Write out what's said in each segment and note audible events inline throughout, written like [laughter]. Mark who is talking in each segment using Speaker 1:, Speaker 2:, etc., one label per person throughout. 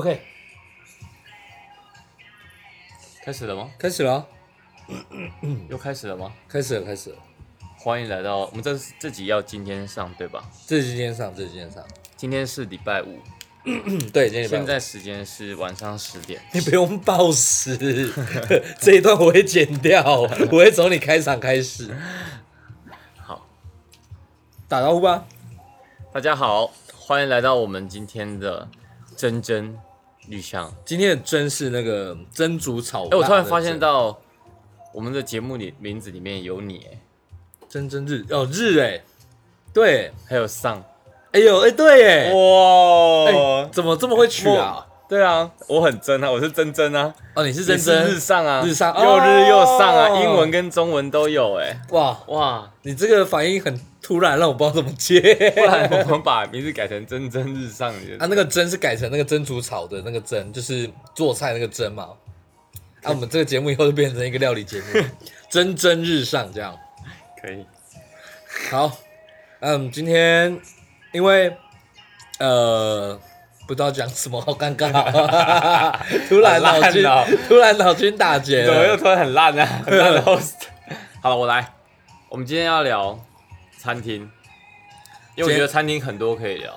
Speaker 1: OK，
Speaker 2: 开始了吗？
Speaker 1: 开始了啊，
Speaker 2: 又开始了吗？
Speaker 1: 开始了，开始了。
Speaker 2: 欢迎来到我们这这集要今天上对吧？
Speaker 1: 这是今天上，这是今天上。
Speaker 2: 今天是礼拜五，
Speaker 1: 嗯，对，今天礼拜五
Speaker 2: 现在时间是晚上十点。
Speaker 1: 你不用报时， [laughs] 这一段我会剪掉，
Speaker 2: [laughs]
Speaker 1: 我会从你开场开始。
Speaker 2: 好，
Speaker 1: 打招呼吧。
Speaker 2: 大家好，欢迎来到我们今天的真真绿香。
Speaker 1: 今天的真是那个蒸煮炒饭。
Speaker 2: 哎，我突然发现到我们的节目里名字里面有你，哎
Speaker 1: 真真日哦日哎、对，
Speaker 2: 还有上
Speaker 1: 哎呦哎对哎，哎
Speaker 2: 哇，
Speaker 1: 怎么这么会取啊？
Speaker 2: 对啊，我很真啊，我是真真啊，
Speaker 1: 哦，你是
Speaker 2: 你
Speaker 1: 真
Speaker 2: 是日
Speaker 1: 真
Speaker 2: 上啊，
Speaker 1: 日上
Speaker 2: 又日又上
Speaker 1: 哦
Speaker 2: 啊，英文跟中文都有哎，
Speaker 1: 哇，
Speaker 2: 哇，
Speaker 1: 你这个反应很突然，让我不知道怎么接。
Speaker 2: [laughs] 不然哦我们把名字改成蒸蒸日上，你觉
Speaker 1: 啊，
Speaker 2: 得？
Speaker 1: 那个蒸是改成那个蒸煮炒的那个蒸，就是做菜那个蒸嘛。啊，我们这个节目以后就变成一个料理节目，蒸蒸日上这样。
Speaker 2: 可以，
Speaker 1: 好，嗯，今天因为呃不知道讲什么，好尴尬，哦
Speaker 2: [laughs]
Speaker 1: 突然脑筋、
Speaker 2: 好烂哦
Speaker 1: 突然脑筋打结
Speaker 2: 怎么又
Speaker 1: 了。
Speaker 2: 突然很烂呢、啊？很烂的 host。好了， [laughs] 我来。我们今天要聊餐厅，因为我觉得餐厅很多可以聊。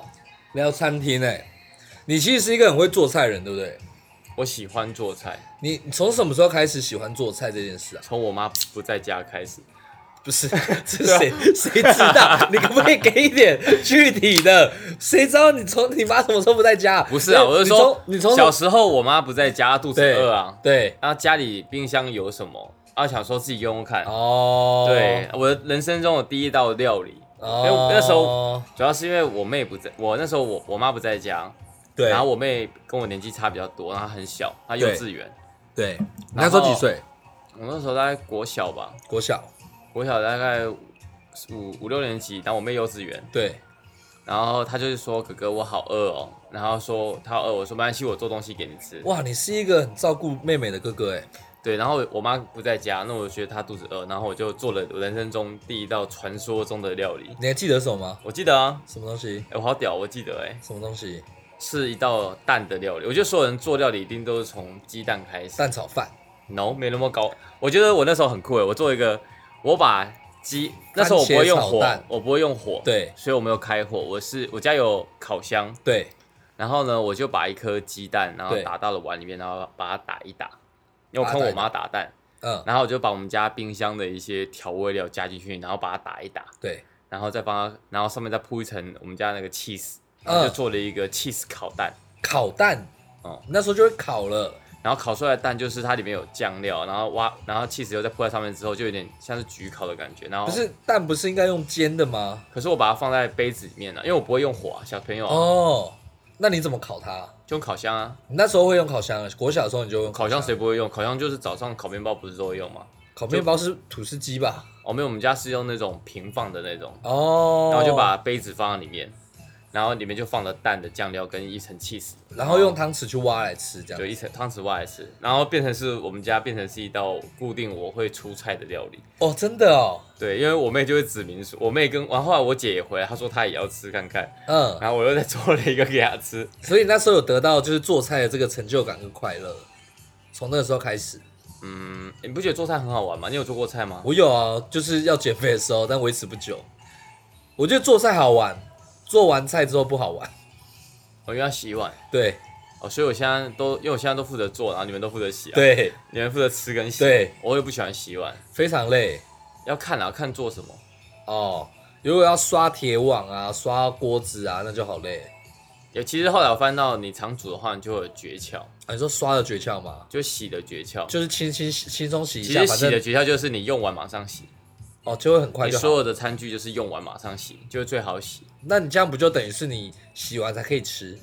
Speaker 1: 聊餐厅哎、你其实是一个很会做菜的人，对不对？
Speaker 2: 我喜欢做菜，
Speaker 1: 你你从什么时候开始喜欢做菜这件事啊？
Speaker 2: 从我妈不在家开始。
Speaker 1: 不
Speaker 2: [laughs]
Speaker 1: 是，这谁谁知道？你可不可以给一点具体的？谁知道你从你妈什么时候不在家、哎
Speaker 2: 不是啊，我是说，
Speaker 1: 你从你从
Speaker 2: 小时候我妈不在家，肚子
Speaker 1: 对
Speaker 2: 饿啊，
Speaker 1: 对
Speaker 2: 然后家里冰箱有什么，然后想说自己用用看。
Speaker 1: 哦，
Speaker 2: 对，，我的人生中的第一道料理，
Speaker 1: 哦，
Speaker 2: 因为那时候主要是因为我妹不在，我那时候我我妈不在家，
Speaker 1: 对，
Speaker 2: 然后我妹跟我年纪差比较多，然后她很小，她幼稚园，
Speaker 1: 对，你那时候几岁？
Speaker 2: 我那时候大概国小吧，
Speaker 1: 国小，
Speaker 2: 国小大概五五六年级，然后我妹幼稚园，
Speaker 1: 对，
Speaker 2: 然后她就是说哥哥我好饿哦，然后说她好饿，我说没关系，我做东西给你吃。
Speaker 1: 哇，你是一个很照顾妹妹的哥哥哎，
Speaker 2: 对，然后我妈不在家，那我觉得她肚子饿，然后我就做了我人生中第一道传说中的料理。
Speaker 1: 你还记得什么吗？
Speaker 2: 我记得啊，
Speaker 1: 什么东西？
Speaker 2: 哎、我好屌，我记得哎、
Speaker 1: 什么东西？
Speaker 2: 是一道蛋的料理。我觉得所有人做料理一定都是从鸡蛋开始。
Speaker 1: 蛋炒饭，
Speaker 2: no 没那么高。我觉得我那时候很酷诶，哎我做一个，我把鸡那时候我不会用
Speaker 1: 番茄炒
Speaker 2: 火
Speaker 1: 蛋，
Speaker 2: 我不会用火，，
Speaker 1: 对
Speaker 2: 所以我没有开火，我是我家有烤箱，
Speaker 1: 对，
Speaker 2: 然后呢我就把一颗鸡蛋，然后
Speaker 1: 对
Speaker 2: 打到了碗里面，然后把它打一打，因为我
Speaker 1: 把它
Speaker 2: 看
Speaker 1: 打一
Speaker 2: 我妈打蛋，
Speaker 1: 嗯，
Speaker 2: 然后我就把我们家冰箱的一些调味料加进去，然后把它打一打，
Speaker 1: 对，
Speaker 2: 然后再帮它，然后上面再铺一层我们家那个 cheese，然后就
Speaker 1: 嗯
Speaker 2: 做了一个 cheese 烤蛋。
Speaker 1: 烤蛋，
Speaker 2: 哦
Speaker 1: 那时候就会烤了，
Speaker 2: 然后烤出来的蛋就是它里面有酱料，然后挖，然后 cheese 又再铺在上面之后，就有点像是焗烤的感觉。然后
Speaker 1: 不，是蛋不是应该用煎的吗？
Speaker 2: 可是我把它放在杯子里面了，因为我不会用火啊，小朋友啊、
Speaker 1: 哦，那你怎么烤它啊？
Speaker 2: 就用烤箱啊，
Speaker 1: 你那时候会用烤箱，国小的时候你就用
Speaker 2: 烤
Speaker 1: 箱
Speaker 2: 箱谁不会用？烤箱就是早上烤面包不是都会用吗？
Speaker 1: 烤面包是吐司机吧？
Speaker 2: 哦，没有，我们家是用那种平放的那种，
Speaker 1: 哦，
Speaker 2: 然后就把杯子放在里面，然后里面就放了蛋的酱料跟一层 cheese，
Speaker 1: 然后用汤匙去挖来吃，这
Speaker 2: 就
Speaker 1: 样
Speaker 2: 一层汤匙挖来吃，然后变成是我们家变成是一道固定我会出菜的料理。
Speaker 1: 哦，真的哦，
Speaker 2: 对，因为我妹就会指明说，我妹跟然后后来我姐也回来，她说她也要吃看看，
Speaker 1: 嗯，
Speaker 2: 然后我又再做了一个给她吃。
Speaker 1: 所以那时候有得到就是做菜的这个成就感跟快乐，从那个时候开始，
Speaker 2: 嗯，你不觉得做菜很好玩吗？你有做过菜吗？
Speaker 1: 我有啊，就是要减肥的时候，但维持不久。我觉得做菜好玩，做完菜之后不好玩， [laughs]
Speaker 2: 哦我因为要洗碗 [laughs]
Speaker 1: 对
Speaker 2: 哦，所以我现在都因为我现在都负责做，然后你们都负责洗、啊，，
Speaker 1: 对
Speaker 2: 你们负责吃跟洗。
Speaker 1: 对，
Speaker 2: 我也不喜欢洗碗，
Speaker 1: 非常累
Speaker 2: 要看啊，看做什么。
Speaker 1: 哦。如果要刷铁网啊、刷锅子啊，那就好累。
Speaker 2: 也其实后来我发现到，你常煮的话，你就会有诀窍，
Speaker 1: 啊、你说刷的诀窍吗？
Speaker 2: 就洗的诀窍。
Speaker 1: 就是轻轻轻松洗一
Speaker 2: 其
Speaker 1: 下，
Speaker 2: 实
Speaker 1: 反
Speaker 2: 洗的
Speaker 1: 正
Speaker 2: 诀窍就是你用完马上洗，
Speaker 1: 哦就会很快
Speaker 2: 你
Speaker 1: 就好
Speaker 2: 所。有的餐具就是用完马上洗，就是最好洗。
Speaker 1: 那你这样不就等于是你洗完才可以吃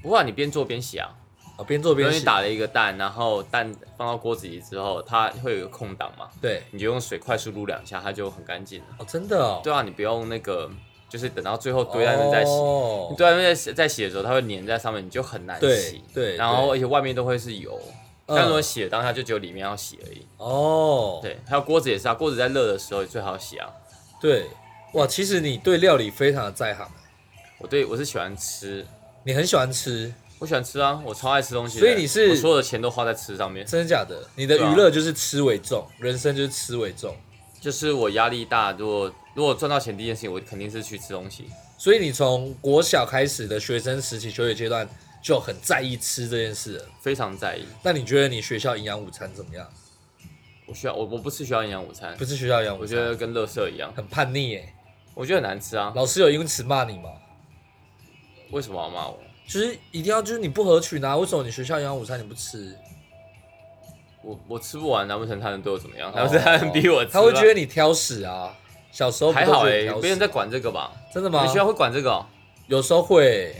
Speaker 2: 不过、啊、你边做边洗啊，
Speaker 1: 哦，边做
Speaker 2: 比如
Speaker 1: 边
Speaker 2: 你
Speaker 1: 洗。
Speaker 2: 打了一个蛋，然后蛋放到锅子里之后，它会有一个空档嘛，
Speaker 1: 对
Speaker 2: 你就用水快速撸两下，它就很干净了。
Speaker 1: 哦，真的哦，
Speaker 2: 对啊，你不用那个，就是等到最后堆在那边再啊洗。
Speaker 1: 哦
Speaker 2: 你堆在那边在洗在洗的时候，它会粘在上面，你就很难洗
Speaker 1: 对。对
Speaker 2: 然后而且外面都会是油，
Speaker 1: 嗯
Speaker 2: 但如果洗了当下就只有里面要洗而已。
Speaker 1: 哦，
Speaker 2: 对，还有锅子也是啊，锅子在热的时候也最好洗啊。
Speaker 1: 对，哇，其实你对料理非常的在行，
Speaker 2: 我对我是喜欢吃，
Speaker 1: 你很喜欢吃，
Speaker 2: 我喜欢吃啊，我超爱吃东西的。
Speaker 1: 所以你是
Speaker 2: 我所有的钱都花在吃上面，
Speaker 1: 真的假的？你的
Speaker 2: 对啊
Speaker 1: 娱乐就是吃为重，人生就是吃为重。
Speaker 2: 就是我压力大，如果如果赚到钱第一件事情，我肯定是去吃东西。
Speaker 1: 所以你从国小开始的学生时期、求学阶段就很在意吃这件事了。
Speaker 2: 非常在意。
Speaker 1: 那你觉得你学校营养午餐怎么样？
Speaker 2: 我需要我我不吃学校营养午餐
Speaker 1: 不，是学校营养午
Speaker 2: 我
Speaker 1: 餐，
Speaker 2: 觉得跟垃圾一样，
Speaker 1: 很叛逆耶、
Speaker 2: 我觉得很难吃啊。
Speaker 1: 老师有因此骂你吗？
Speaker 2: 为什么要骂我？
Speaker 1: 就是一定要就是你不合群啊？为什么你学校营养午餐你不吃？
Speaker 2: 我我吃不完啊，为什么他能对我怎么样？
Speaker 1: 哦
Speaker 2: 他们他能逼我吃吧，啊
Speaker 1: 他会觉得你挑食啊？小时候不
Speaker 2: 还
Speaker 1: 都
Speaker 2: 好
Speaker 1: 觉
Speaker 2: 哎
Speaker 1: 得你挑，食
Speaker 2: 没人在管这个吧？
Speaker 1: 真的
Speaker 2: 你
Speaker 1: 吗
Speaker 2: 们？学校会管这个哦？
Speaker 1: 有时候会、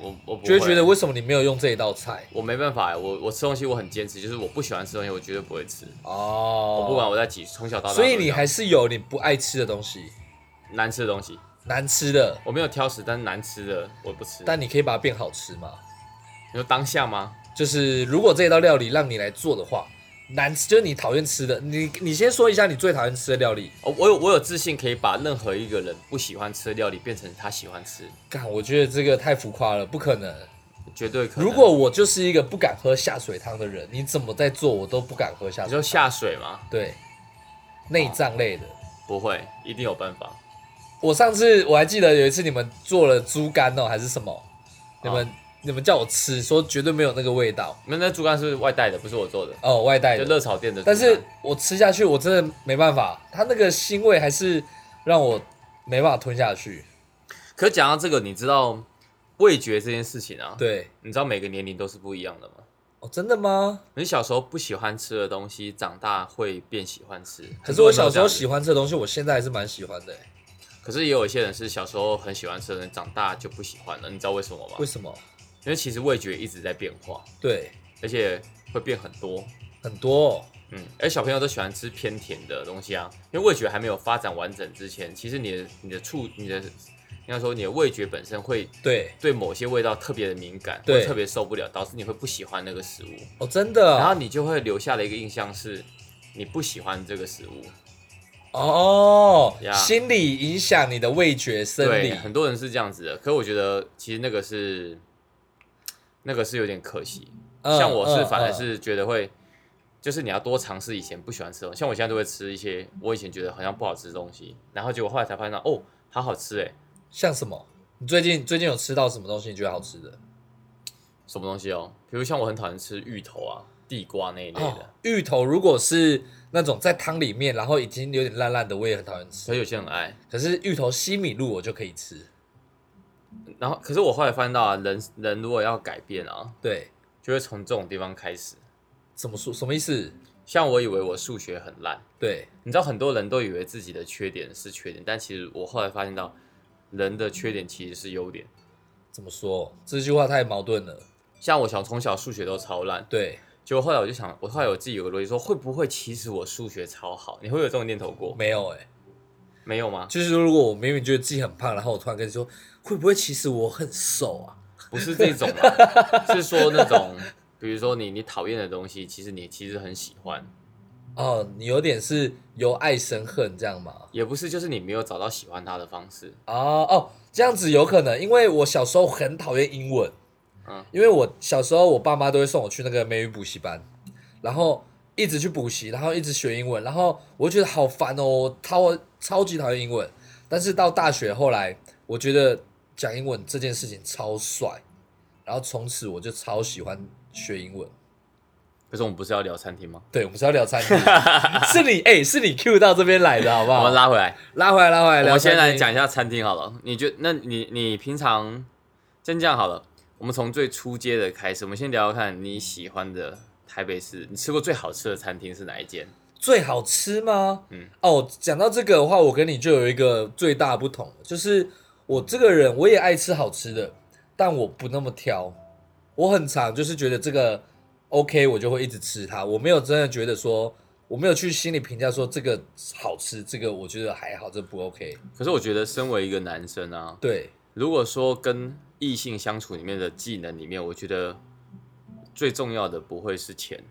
Speaker 2: 我我不
Speaker 1: 就
Speaker 2: 会
Speaker 1: 会觉得为什么你没有用这一道菜
Speaker 2: 我没办法哎，我我吃东西我很坚持，就是我不喜欢吃东西，我绝对不会吃。
Speaker 1: 哦？
Speaker 2: 我不管我在几从小到大都
Speaker 1: 所
Speaker 2: 这样，
Speaker 1: 以你还是有你不爱吃的东西，
Speaker 2: 难吃的东西，
Speaker 1: 难吃的，
Speaker 2: 我没有挑食，但是难吃的我不吃。
Speaker 1: 但你可以把它变好吃嘛。
Speaker 2: 你说当下吗？
Speaker 1: 就是如果这一道料理让你来做的话，难吃就是你讨厌吃的，你你先说一下你最讨厌吃的料理。
Speaker 2: 哦，我有我有自信可以把任何一个人不喜欢吃的料理变成他喜欢吃，
Speaker 1: 干，我觉得这个太浮夸了，不可能。
Speaker 2: 绝对可能。
Speaker 1: 如果我就是一个不敢喝下水汤的人，你怎么在做我都不敢喝下
Speaker 2: 你
Speaker 1: 水。
Speaker 2: 说下水吗？
Speaker 1: 对，内脏类的。
Speaker 2: 不会，一定有办法。
Speaker 1: 我上次我还记得有一次你们做了猪肝哦，还是什么？你们、你们叫我吃，说绝对没有那个味道
Speaker 2: 那那猪肝是外带的，不是我做的，
Speaker 1: 哦，外带
Speaker 2: 就
Speaker 1: 的。
Speaker 2: 热炒店的猪肝。
Speaker 1: 但是我吃下去，我真的没办法，它那个腥味还是让我没办法吞下去。
Speaker 2: 可讲到这个，你知道味觉这件事情啊，
Speaker 1: 对，
Speaker 2: 你知道每个年龄都是不一样的吗？
Speaker 1: 哦，真的吗？
Speaker 2: 你小时候不喜欢吃的东西，长大会变喜欢吃。
Speaker 1: 可是我小时候
Speaker 2: 很多人都这样子
Speaker 1: 喜，欢吃的东西，我现在还是蛮喜欢的欸。
Speaker 2: 可是也有一些人是小时候很喜欢吃的，长大就不喜欢了。你知道为什么吗
Speaker 1: 为？什么？
Speaker 2: 因为其实味觉一直在变化，
Speaker 1: 对，
Speaker 2: 而且会变很多。
Speaker 1: 很多哦、
Speaker 2: 嗯，而小朋友都喜欢吃偏甜的东西啊，因为味觉还没有发展完整之前，其实你的你的触你的，应该说你的味觉本身会
Speaker 1: 对，
Speaker 2: 对某些味道特别的敏感，
Speaker 1: 对
Speaker 2: 或特别受不了，导致你会不喜欢那个食物，
Speaker 1: 哦，真的
Speaker 2: 然
Speaker 1: 啊。
Speaker 2: 后你就会留下的一个印象是，你不喜欢这个食物。
Speaker 1: 哦
Speaker 2: 呀
Speaker 1: 心理影响你的味觉、生
Speaker 2: 对，
Speaker 1: 理。
Speaker 2: 很多人是这样子的，可我觉得其实那个是，那个是有点可惜。
Speaker 1: 嗯
Speaker 2: 像我是
Speaker 1: 嗯
Speaker 2: 反而
Speaker 1: 嗯
Speaker 2: 是觉得会，就是你要多尝试以前不喜欢吃的东西，像我现在都会吃一些我以前觉得好像不好吃的东西，然后结果后来才发现到哦，好好吃哎，
Speaker 1: 像什么？你最近最近有吃到什么东西你觉得好吃的？
Speaker 2: 什么东西哦？比如像我很讨厌吃芋头啊、地瓜那一类的，
Speaker 1: 哦芋头如果是那种在汤里面，然后已经有点烂烂的，我也很讨厌吃。
Speaker 2: 所以有些人很爱。
Speaker 1: 可是芋头西米露我就可以吃。
Speaker 2: 然后，可是我后来发现到啊，人人如果要改变啊，
Speaker 1: 对，
Speaker 2: 就会从这种地方开始。
Speaker 1: 怎么说？什么意思？
Speaker 2: 像我以为我数学很烂，
Speaker 1: 对，
Speaker 2: 你知道很多人都以为自己的缺点是缺点，但其实我后来发现到，人的缺点其实是优点。
Speaker 1: 怎么说？这句话太矛盾了。
Speaker 2: 像我小从小数学都超烂，
Speaker 1: 对，
Speaker 2: 结果后来我就想，我后来我自己有个逻辑说，会不会其实我数学超好？你会有这种念头过？
Speaker 1: 没有哎、
Speaker 2: 没有吗？
Speaker 1: 就是如果我明明觉得自己很胖，然后我突然跟你说，会不会其实我很瘦啊？
Speaker 2: 不是这种啊，是说那种，比如说你你讨厌的东西，其实你其实很喜欢，
Speaker 1: 哦，你有点是由爱生恨这样吗？
Speaker 2: 也不是就是你没有找到喜欢它的方式。
Speaker 1: 哦哦，这样子有可能，因为我小时候很讨厌英文，
Speaker 2: 嗯
Speaker 1: 因为我小时候我爸妈都会送我去那个美语补习班，然后一直去补习，然后一直学英文，然后我就觉得好烦哦，我超超级讨厌英文。但是到大学后来，我觉得讲英文这件事情超帅，然后从此我就超喜欢学英文。
Speaker 2: 可是我们不是要聊餐厅吗？
Speaker 1: 对，我们是要聊餐
Speaker 2: [laughs]
Speaker 1: 厅，是你哎、是你 Q 到这边来的好不
Speaker 2: 我
Speaker 1: 好？
Speaker 2: 们
Speaker 1: 拉
Speaker 2: 拉回来，
Speaker 1: 拉回来，拉回来，
Speaker 2: 我
Speaker 1: 聊
Speaker 2: 们先
Speaker 1: 餐
Speaker 2: 来
Speaker 1: 厅
Speaker 2: 讲一下餐厅好了。你觉那你你平常先这样好了，我们从最初阶的开始，我们先聊聊看你喜欢的台北市，你吃过最好吃的餐厅是哪一间？
Speaker 1: 最好吃吗？
Speaker 2: 嗯
Speaker 1: 哦，讲到这个的话，我跟你就有一个最大的不同，就是我这个人我也爱吃好吃的，但我不那么挑，我很常就是觉得这个 OK，我就会一直吃它，我没有真的觉得说。我没有去心里评价说这个好吃，这个我觉得还好，这不 OK。
Speaker 2: 可是我觉得身为一个男生啊，
Speaker 1: 对，
Speaker 2: 如果说跟异性相处里面的技能里面，我觉得最重要的不会是钱，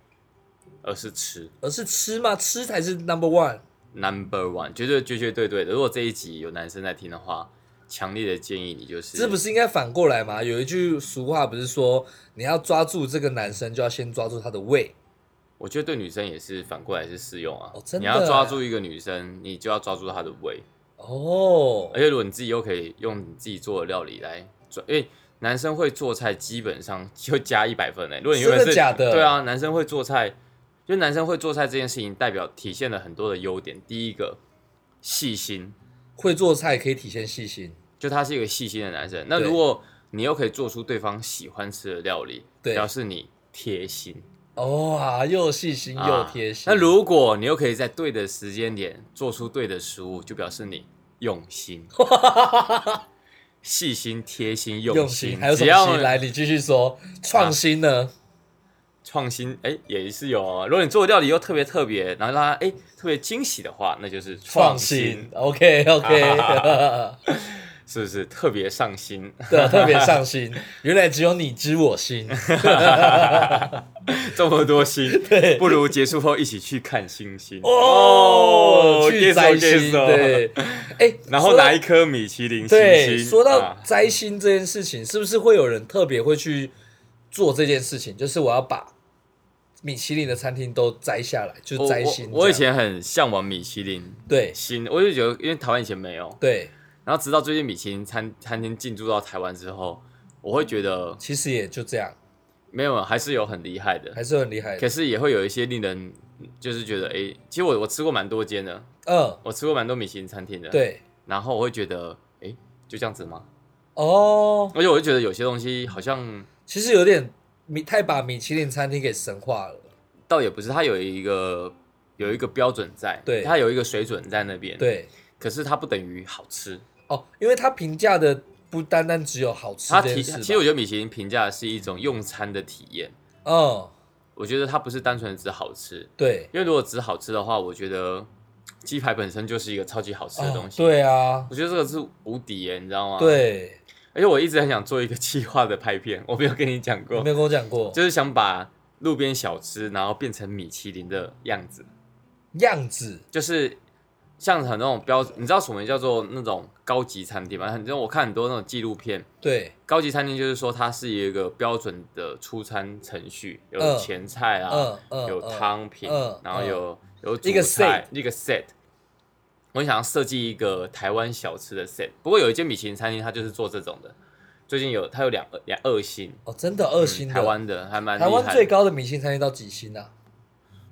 Speaker 2: 而是吃。
Speaker 1: 而是吃嘛，吃才是 number one。
Speaker 2: Number one，绝对绝绝对对的。如果这一集有男生在听的话，强烈的建议你就是，
Speaker 1: 这不是应该反过来吗？有一句俗话不是说，你要抓住这个男生，就要先抓住他的胃。
Speaker 2: 我觉得对女生也是反过来是适用啊。
Speaker 1: 哦真的
Speaker 2: 你要抓住一个女生，你就要抓住她的胃，
Speaker 1: 哦
Speaker 2: 而，且如果你自己又可以用你自己做的料理来转，因为男生会做菜基本上就加一百分欸嘞、如果你原本
Speaker 1: 真的
Speaker 2: 是
Speaker 1: 假的
Speaker 2: 对啊，男生会做菜，就男生会做菜这件事情代表体现了很多的优点。第一个，细心，
Speaker 1: 会做菜可以体现细心，
Speaker 2: 就他是一个细心的男生。那
Speaker 1: 对
Speaker 2: 如果你又可以做出对方喜欢吃的料理，
Speaker 1: 对
Speaker 2: 表示你贴心
Speaker 1: 哦啊，又细心又贴心。
Speaker 2: 啊那如果你又可以在对的时间点做出对的食物，就表示你用
Speaker 1: [laughs]
Speaker 2: 心。细心、贴心、
Speaker 1: 用
Speaker 2: 心，
Speaker 1: 心还有什
Speaker 2: 只
Speaker 1: 么
Speaker 2: 要啊
Speaker 1: 心？来，你继续说。创新呢？
Speaker 2: 创新，哎、也是有哦。如果你做的料理又特别特别，然后让他哎、特别惊喜的话，那就是
Speaker 1: 创
Speaker 2: 新啊
Speaker 1: 新，，OK OK，
Speaker 2: 是不是特别上心？
Speaker 1: [laughs]
Speaker 2: [laughs]
Speaker 1: 对，啊特别上心。原来只有你知我心，
Speaker 2: 这么多星，
Speaker 1: [laughs] 对
Speaker 2: 不如结束后一起去看星星
Speaker 1: 哦，去
Speaker 2: guess
Speaker 1: 摘
Speaker 2: so, guess
Speaker 1: 星，
Speaker 2: so
Speaker 1: 对，哎，
Speaker 2: 然后
Speaker 1: 说到
Speaker 2: 拿一颗米其林星
Speaker 1: 对，
Speaker 2: 星。
Speaker 1: 说到
Speaker 2: 啊
Speaker 1: 摘星这件事情，是不是会有人特别会去做这件事情？就是我要把米其林的餐厅都摘下来，就
Speaker 2: 哦我
Speaker 1: 是摘星
Speaker 2: 我我以
Speaker 1: 这样
Speaker 2: 前很向往米其林
Speaker 1: 对
Speaker 2: 星，我就觉得因为台湾以前没有，
Speaker 1: 对，
Speaker 2: 然后直到最近米其林餐餐厅进驻到台湾之后，我会觉得
Speaker 1: 其实也就这样，
Speaker 2: 没有，还是有很厉害的，
Speaker 1: 还是很厉害的
Speaker 2: 可。是也会有一些令人就是觉得哎、诶其实我我吃过蛮多间的，
Speaker 1: 嗯，
Speaker 2: 我吃过蛮多米其林餐厅的，，
Speaker 1: 对，
Speaker 2: 然后我会觉得哎、诶就这样子吗？
Speaker 1: 哦，
Speaker 2: 而且我就觉得有些东西好像
Speaker 1: 其实有点米太把米其林餐厅给神化了。
Speaker 2: 倒也不是，它有一个有一个标准在，
Speaker 1: 对
Speaker 2: 它有一个水准在那边，，
Speaker 1: 对，
Speaker 2: 可是它不等于好吃，
Speaker 1: 哦，因为他评价的不单单只有好吃
Speaker 2: 它
Speaker 1: 这
Speaker 2: 提，
Speaker 1: 件事吧，
Speaker 2: 其实我觉得米其林评价是一种用餐的体验，
Speaker 1: 嗯，
Speaker 2: 我觉得它不是单纯的只好吃，
Speaker 1: 对，
Speaker 2: 因为如果只好吃的话，我觉得鸡排本身就是一个超级好吃的东
Speaker 1: 哦，
Speaker 2: 西，，啊
Speaker 1: 对啊，
Speaker 2: 我觉得这个是无敌耶，你知道吗？，
Speaker 1: 对，
Speaker 2: 而且我一直很想做一个 [laughs] 计划的拍片，我没有跟你讲
Speaker 1: 你
Speaker 2: 过
Speaker 1: 没，有跟我讲过
Speaker 2: 就是想把路边小吃然后变成米其林的样子，
Speaker 1: 样子，
Speaker 2: 就是像很那种标，你知道什么叫做那种高级餐厅吗？很，我看很多那种纪录片，
Speaker 1: 对，
Speaker 2: 高级餐厅就是说它是一个标准的出餐程序，有
Speaker 1: 嗯
Speaker 2: 前菜啊，
Speaker 1: 嗯嗯，
Speaker 2: 有
Speaker 1: 嗯
Speaker 2: 汤品，
Speaker 1: 嗯
Speaker 2: 然后
Speaker 1: 嗯
Speaker 2: 有、有主
Speaker 1: 一个
Speaker 2: 菜一个 set。我很想要设计一个台湾小吃的 set，不过有一间米其林餐厅它就是做这种的，最近有它有两两二星，
Speaker 1: 哦，真的二星
Speaker 2: 嗯
Speaker 1: 的、
Speaker 2: 台湾的还蛮厉
Speaker 1: 台湾
Speaker 2: 害
Speaker 1: 最
Speaker 2: 的。
Speaker 1: 高的明星餐厅到几星啊？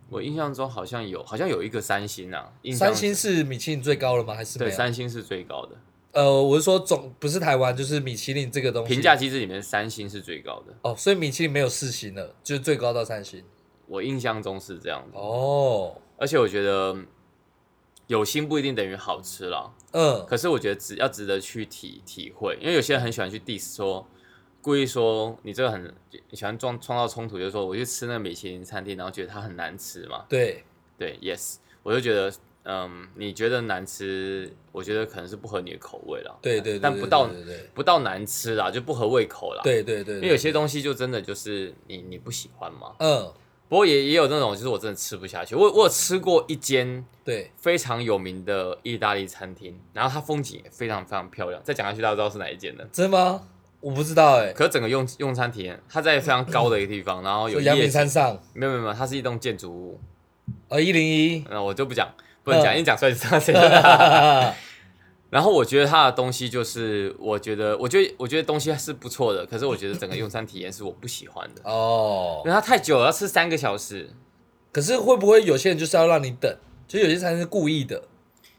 Speaker 2: 我印象中好像有好像有一个三星啊，印象
Speaker 1: 三星是米其林最高了吗？还是没
Speaker 2: 对
Speaker 1: 有？
Speaker 2: 三星是最高的。
Speaker 1: 呃，我是说总不是台湾，就是米其林这个东西
Speaker 2: 评价机制里面三星是最高的，
Speaker 1: 哦，所以米其林没有四星了，就是最高到三星
Speaker 2: 我印象中是这样的。
Speaker 1: 哦，
Speaker 2: 而且我觉得嗯有星不一定等于好吃啦，
Speaker 1: 嗯，
Speaker 2: 可是我觉得只要值得去体体会，因为有些人很喜欢去 diss 说，故意说你这个很喜欢创创造冲突，就是说我去吃那个米其林餐厅，然后觉得它很难吃嘛。
Speaker 1: 对，
Speaker 2: 对，yes，我就觉得。嗯，你觉得难吃，我觉得可能是不合你的口味啦。
Speaker 1: 对对对，
Speaker 2: 但
Speaker 1: 对
Speaker 2: 不到
Speaker 1: 对对
Speaker 2: 不到难吃啦，就不合胃口啦。，
Speaker 1: 对对对对，
Speaker 2: 因为有些东西就真的就是你你不喜欢嘛。
Speaker 1: 嗯，
Speaker 2: 不过也也有那种，就是我真的吃不下去。我我有吃过一间
Speaker 1: 对，
Speaker 2: 非常有名的意大利餐厅，然后它风景也非常非常漂亮。再讲下去，大家知道是哪一间了。
Speaker 1: 真的吗？我不知道哎、
Speaker 2: 可是整个用用餐体验，它在非常高的一个地方，然后有
Speaker 1: 有阳
Speaker 2: 夜
Speaker 1: 明
Speaker 2: 景，
Speaker 1: 山上，
Speaker 2: 没有没有没有，它是一栋建筑物。
Speaker 1: 呃，一零一， [laughs]
Speaker 2: 那我就不讲，不能讲，
Speaker 1: 嗯
Speaker 2: 一讲出来就知道谁。 [laughs] 然后我觉得它的东西就是，我觉得，我觉得，我觉得东西是不错的，可是我觉得整个用餐体验是我不喜欢的，
Speaker 1: 哦
Speaker 2: 因为，它太久了，要吃三个小时，
Speaker 1: 可是会不会有些人就是要让你等？其实有些餐厅是故意的，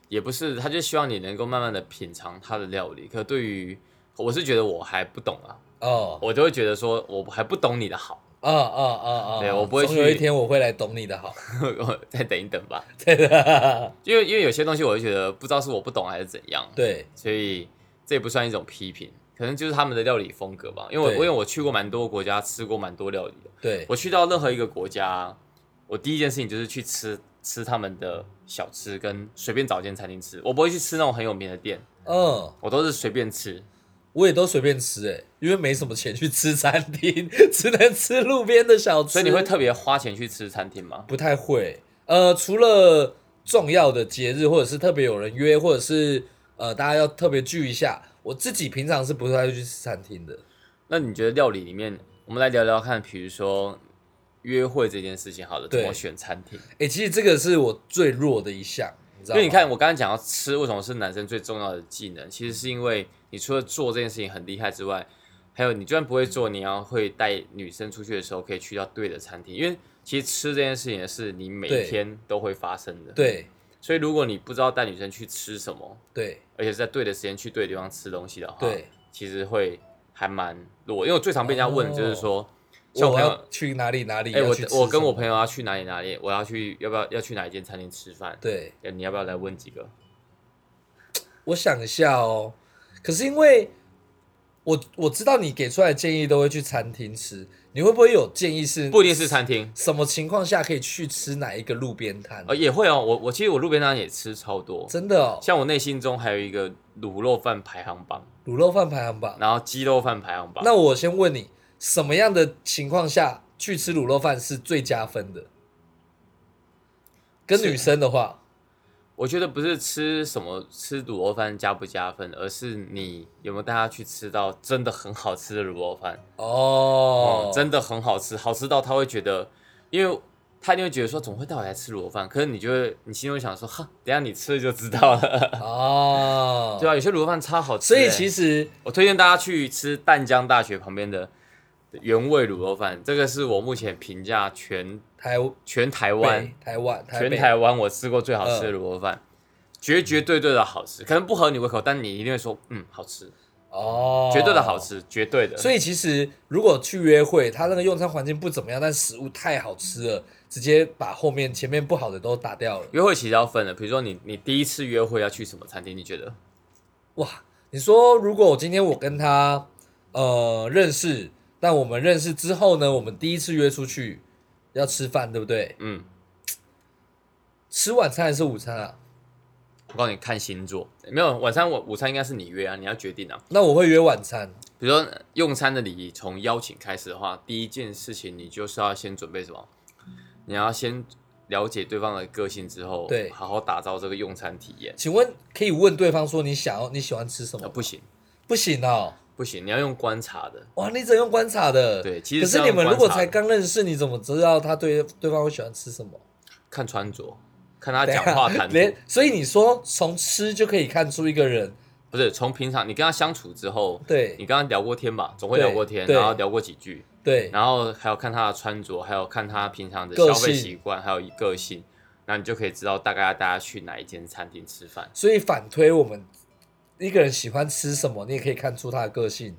Speaker 2: 也不是，他就希望你能够慢慢的品尝他的料理。可对于我是觉得我还不懂啊，
Speaker 1: 哦，
Speaker 2: 我就会觉得说我还不懂你的好，
Speaker 1: 啊啊啊啊！
Speaker 2: 对我不会
Speaker 1: 总有
Speaker 2: 去
Speaker 1: 一天我会来懂你的好。
Speaker 2: 我 [laughs] 再等一等
Speaker 1: [laughs]
Speaker 2: 吧。
Speaker 1: 对的，
Speaker 2: 因为因为有些东西我就觉得不知道是我不懂还是怎样，
Speaker 1: 对
Speaker 2: 所以这也不算一种批评，可能就是他们的料理风格吧。因为我
Speaker 1: 对
Speaker 2: 因为我去过蛮多国家，吃过蛮多料理的。
Speaker 1: 对
Speaker 2: 我去到任何一个国家，我第一件事情就是去吃吃他们的小吃，跟随便找一间餐厅吃。我不会去吃那种很有名的店，
Speaker 1: 嗯，
Speaker 2: 我都是随便吃。
Speaker 1: 我也都随便吃哎、因为没什么钱去吃餐厅， [laughs] 只能吃路边的小吃。
Speaker 2: 所以你会特别花钱去吃餐厅吗？
Speaker 1: 不太会？呃，除了重要的节日，或者是特别有人约，或者是呃大家要特别聚一下，我自己平常是不太会去吃餐厅的。
Speaker 2: 那你觉得料理里面，我们来聊聊看，比如说约会这件事情，好了，怎
Speaker 1: 对
Speaker 2: 么选餐厅？
Speaker 1: 哎、其实这个是我最弱的一项，你知道
Speaker 2: 因
Speaker 1: 吗？
Speaker 2: 为你看，我刚刚讲到吃，为什么是男生最重要的技能？其实是因为你除了做这件事情很厉害之外，还有你就算不会做，你要会带女生出去的时候，可以去到对的餐厅。因为其实吃这件事情也是你每
Speaker 1: 对
Speaker 2: 天都会发生的。，
Speaker 1: 对
Speaker 2: 所以如果你不知道带女生去吃什么，
Speaker 1: 对
Speaker 2: 而且是在对的时间去对的地方吃东西的话，
Speaker 1: 对，
Speaker 2: 其实会还蛮弱。因为我最常被人家问就是说，像我
Speaker 1: 哦我
Speaker 2: 朋友
Speaker 1: 要去哪里哪里？
Speaker 2: 哎、
Speaker 1: 要
Speaker 2: 我
Speaker 1: 去吃
Speaker 2: 我跟
Speaker 1: 什
Speaker 2: 我
Speaker 1: 么
Speaker 2: 朋友要去哪里哪里，我要去要不要要去哪一间餐厅吃饭？
Speaker 1: 对，
Speaker 2: 哎你要不要来问几个？
Speaker 1: 我想一下哦。可是因为我我知道你给出来的建议都会去餐厅吃，你会不会有建议是
Speaker 2: 不一定是餐厅，
Speaker 1: 什么情况下可以去吃哪一个路边摊？
Speaker 2: 呃，也会哦。我我其实我路边摊也吃超多，
Speaker 1: 真的哦，
Speaker 2: 像我内心中还有一个卤肉饭排行榜，
Speaker 1: 卤肉饭排行榜。
Speaker 2: 然后鸡肉饭排行榜。
Speaker 1: 那我先问你，什么样的情况下去吃卤肉饭是最加分的？跟
Speaker 2: 是
Speaker 1: 女生的话，
Speaker 2: 我觉得不是吃什么吃卤肉饭加不加分，而是你有没有带他去吃到真的很好吃的卤肉饭。
Speaker 1: 哦
Speaker 2: 哦，，真的很好吃，好吃到他会觉得，因为他就会觉得说，怎么会带我来吃卤肉饭？可是你就会，你心中会想说，哈，等一下你吃了就知道了。 [laughs]
Speaker 1: 哦，
Speaker 2: 对啊，有些卤肉饭超好吃
Speaker 1: 所
Speaker 2: 欸、
Speaker 1: 以其
Speaker 2: 实
Speaker 1: 实
Speaker 2: 我推荐大家去吃淡江大学旁边的原味卤肉饭，这个是我目前评价全
Speaker 1: 台
Speaker 2: 全台湾
Speaker 1: 湾、台湾、台
Speaker 2: 全
Speaker 1: 北，嗯
Speaker 2: 台湾我吃过最好吃的卤肉饭。绝绝对对的好吃，可能不合你胃口，但你一定会说，嗯，好吃，
Speaker 1: 哦，
Speaker 2: 绝对的好。吃，绝对的。
Speaker 1: 所以其实如果去约会，他那个用餐环境不怎么样，但食物太好吃了，直接把后面前面不好的都打掉了。
Speaker 2: 约会其实要分的，比如说你你第一次约会要去什么餐厅？你觉得？
Speaker 1: 哇，你说如果我今天我跟他呃认识，但我们认识之后呢，我们第一次约出去要吃饭，对不对？
Speaker 2: 嗯，
Speaker 1: 吃晚餐还是午餐啊？
Speaker 2: 我告诉你，看星座没有晚餐我午餐应该是你约啊，你要决定啊。
Speaker 1: 那我会约晚餐。
Speaker 2: 比如说呃用餐的礼仪，从邀请开始的话，第一件事情你就是要先准备什么？你要先了解对方的个性之后，
Speaker 1: 对
Speaker 2: 好好打造这个用餐体验。
Speaker 1: 请问可以问对方说你想要你喜欢吃什
Speaker 2: 啊，
Speaker 1: 么？
Speaker 2: 不行
Speaker 1: 不行哦，
Speaker 2: 不行，你要用观察的。
Speaker 1: 哇，你只能用观察的。
Speaker 2: 对其实
Speaker 1: 可是
Speaker 2: 是要
Speaker 1: 你们如果
Speaker 2: 观察的
Speaker 1: 才刚认识，你怎么知道他对对方会喜欢吃什么？
Speaker 2: 看穿着，看他
Speaker 1: 等一
Speaker 2: 讲
Speaker 1: 下
Speaker 2: 话谈
Speaker 1: 啊
Speaker 2: 吐，
Speaker 1: 连所以你说从吃就可以看出一个人，
Speaker 2: 不是从平常你跟他相处之后，你
Speaker 1: 对
Speaker 2: 刚刚聊过天吧，总会
Speaker 1: 对
Speaker 2: 聊过天，
Speaker 1: 对
Speaker 2: 然后聊过几句，
Speaker 1: 对，
Speaker 2: 然后还有看他的穿着，还有看他平常的消
Speaker 1: 个
Speaker 2: 费
Speaker 1: 性
Speaker 2: 习惯，还有个性，然后你就可以知道大概大家去哪一间餐厅吃饭。
Speaker 1: 所以反推我们一个人喜欢吃什么，你也可以看出他的个性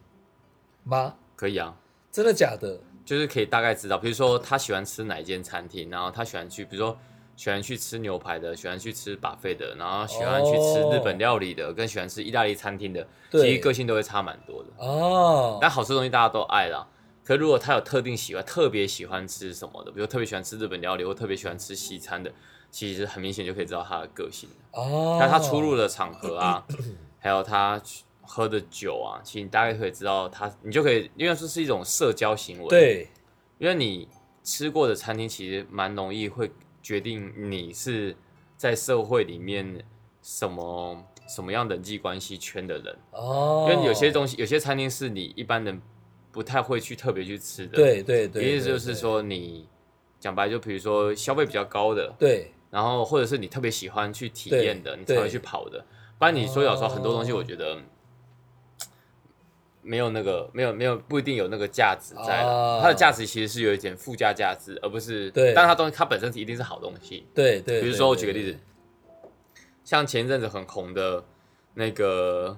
Speaker 1: 吗？
Speaker 2: 可以啊，
Speaker 1: 真的假的？
Speaker 2: 就是可以大概知道，比如说他喜欢吃哪一间餐厅，然后他喜欢去，比如说喜欢去吃牛排的，喜欢去吃把费的，然后喜欢去吃
Speaker 1: 哦
Speaker 2: 日本料理的，跟喜欢吃意大利餐厅的，
Speaker 1: 对
Speaker 2: 其实个性都会差蛮多的。
Speaker 1: 哦，
Speaker 2: 但好吃的东西大家都爱啦。可如果他有特定喜欢，特别喜欢吃什么的，比如特别喜欢吃日本料理，或特别喜欢吃西餐的，其实很明显就可以知道他的个性。
Speaker 1: 哦，
Speaker 2: 那他出入的场合啊， [clears throat] 还有他喝的酒啊，其实你大概可以知道他，你就可以，因为这是一种社交行为。，
Speaker 1: 对
Speaker 2: 因为你吃过的餐厅其实蛮容易会决定你是在社会里面什么什么样人际关系圈的人，
Speaker 1: 哦，
Speaker 2: 因为有些东西，有些餐厅是你一般人不太会去特别去吃的。，
Speaker 1: 对对对，
Speaker 2: 意思
Speaker 1: 对
Speaker 2: 就是，说你讲白，就比如说消费比较高的，
Speaker 1: 对
Speaker 2: 然后或者是你特别喜欢去体验的，
Speaker 1: 对
Speaker 2: 你才会去跑的。不然你说老实话，
Speaker 1: 哦
Speaker 2: 很多东西我觉得嗯没有那个没有没有不一定有那个价值在了。
Speaker 1: 哦
Speaker 2: 它的价值其实是有一点附加价值，而不是
Speaker 1: 对
Speaker 2: 但它东西它本身是一定是好东西。
Speaker 1: 对对对，
Speaker 2: 比如
Speaker 1: 对
Speaker 2: 说我举个例子，，像前一阵子很红的那个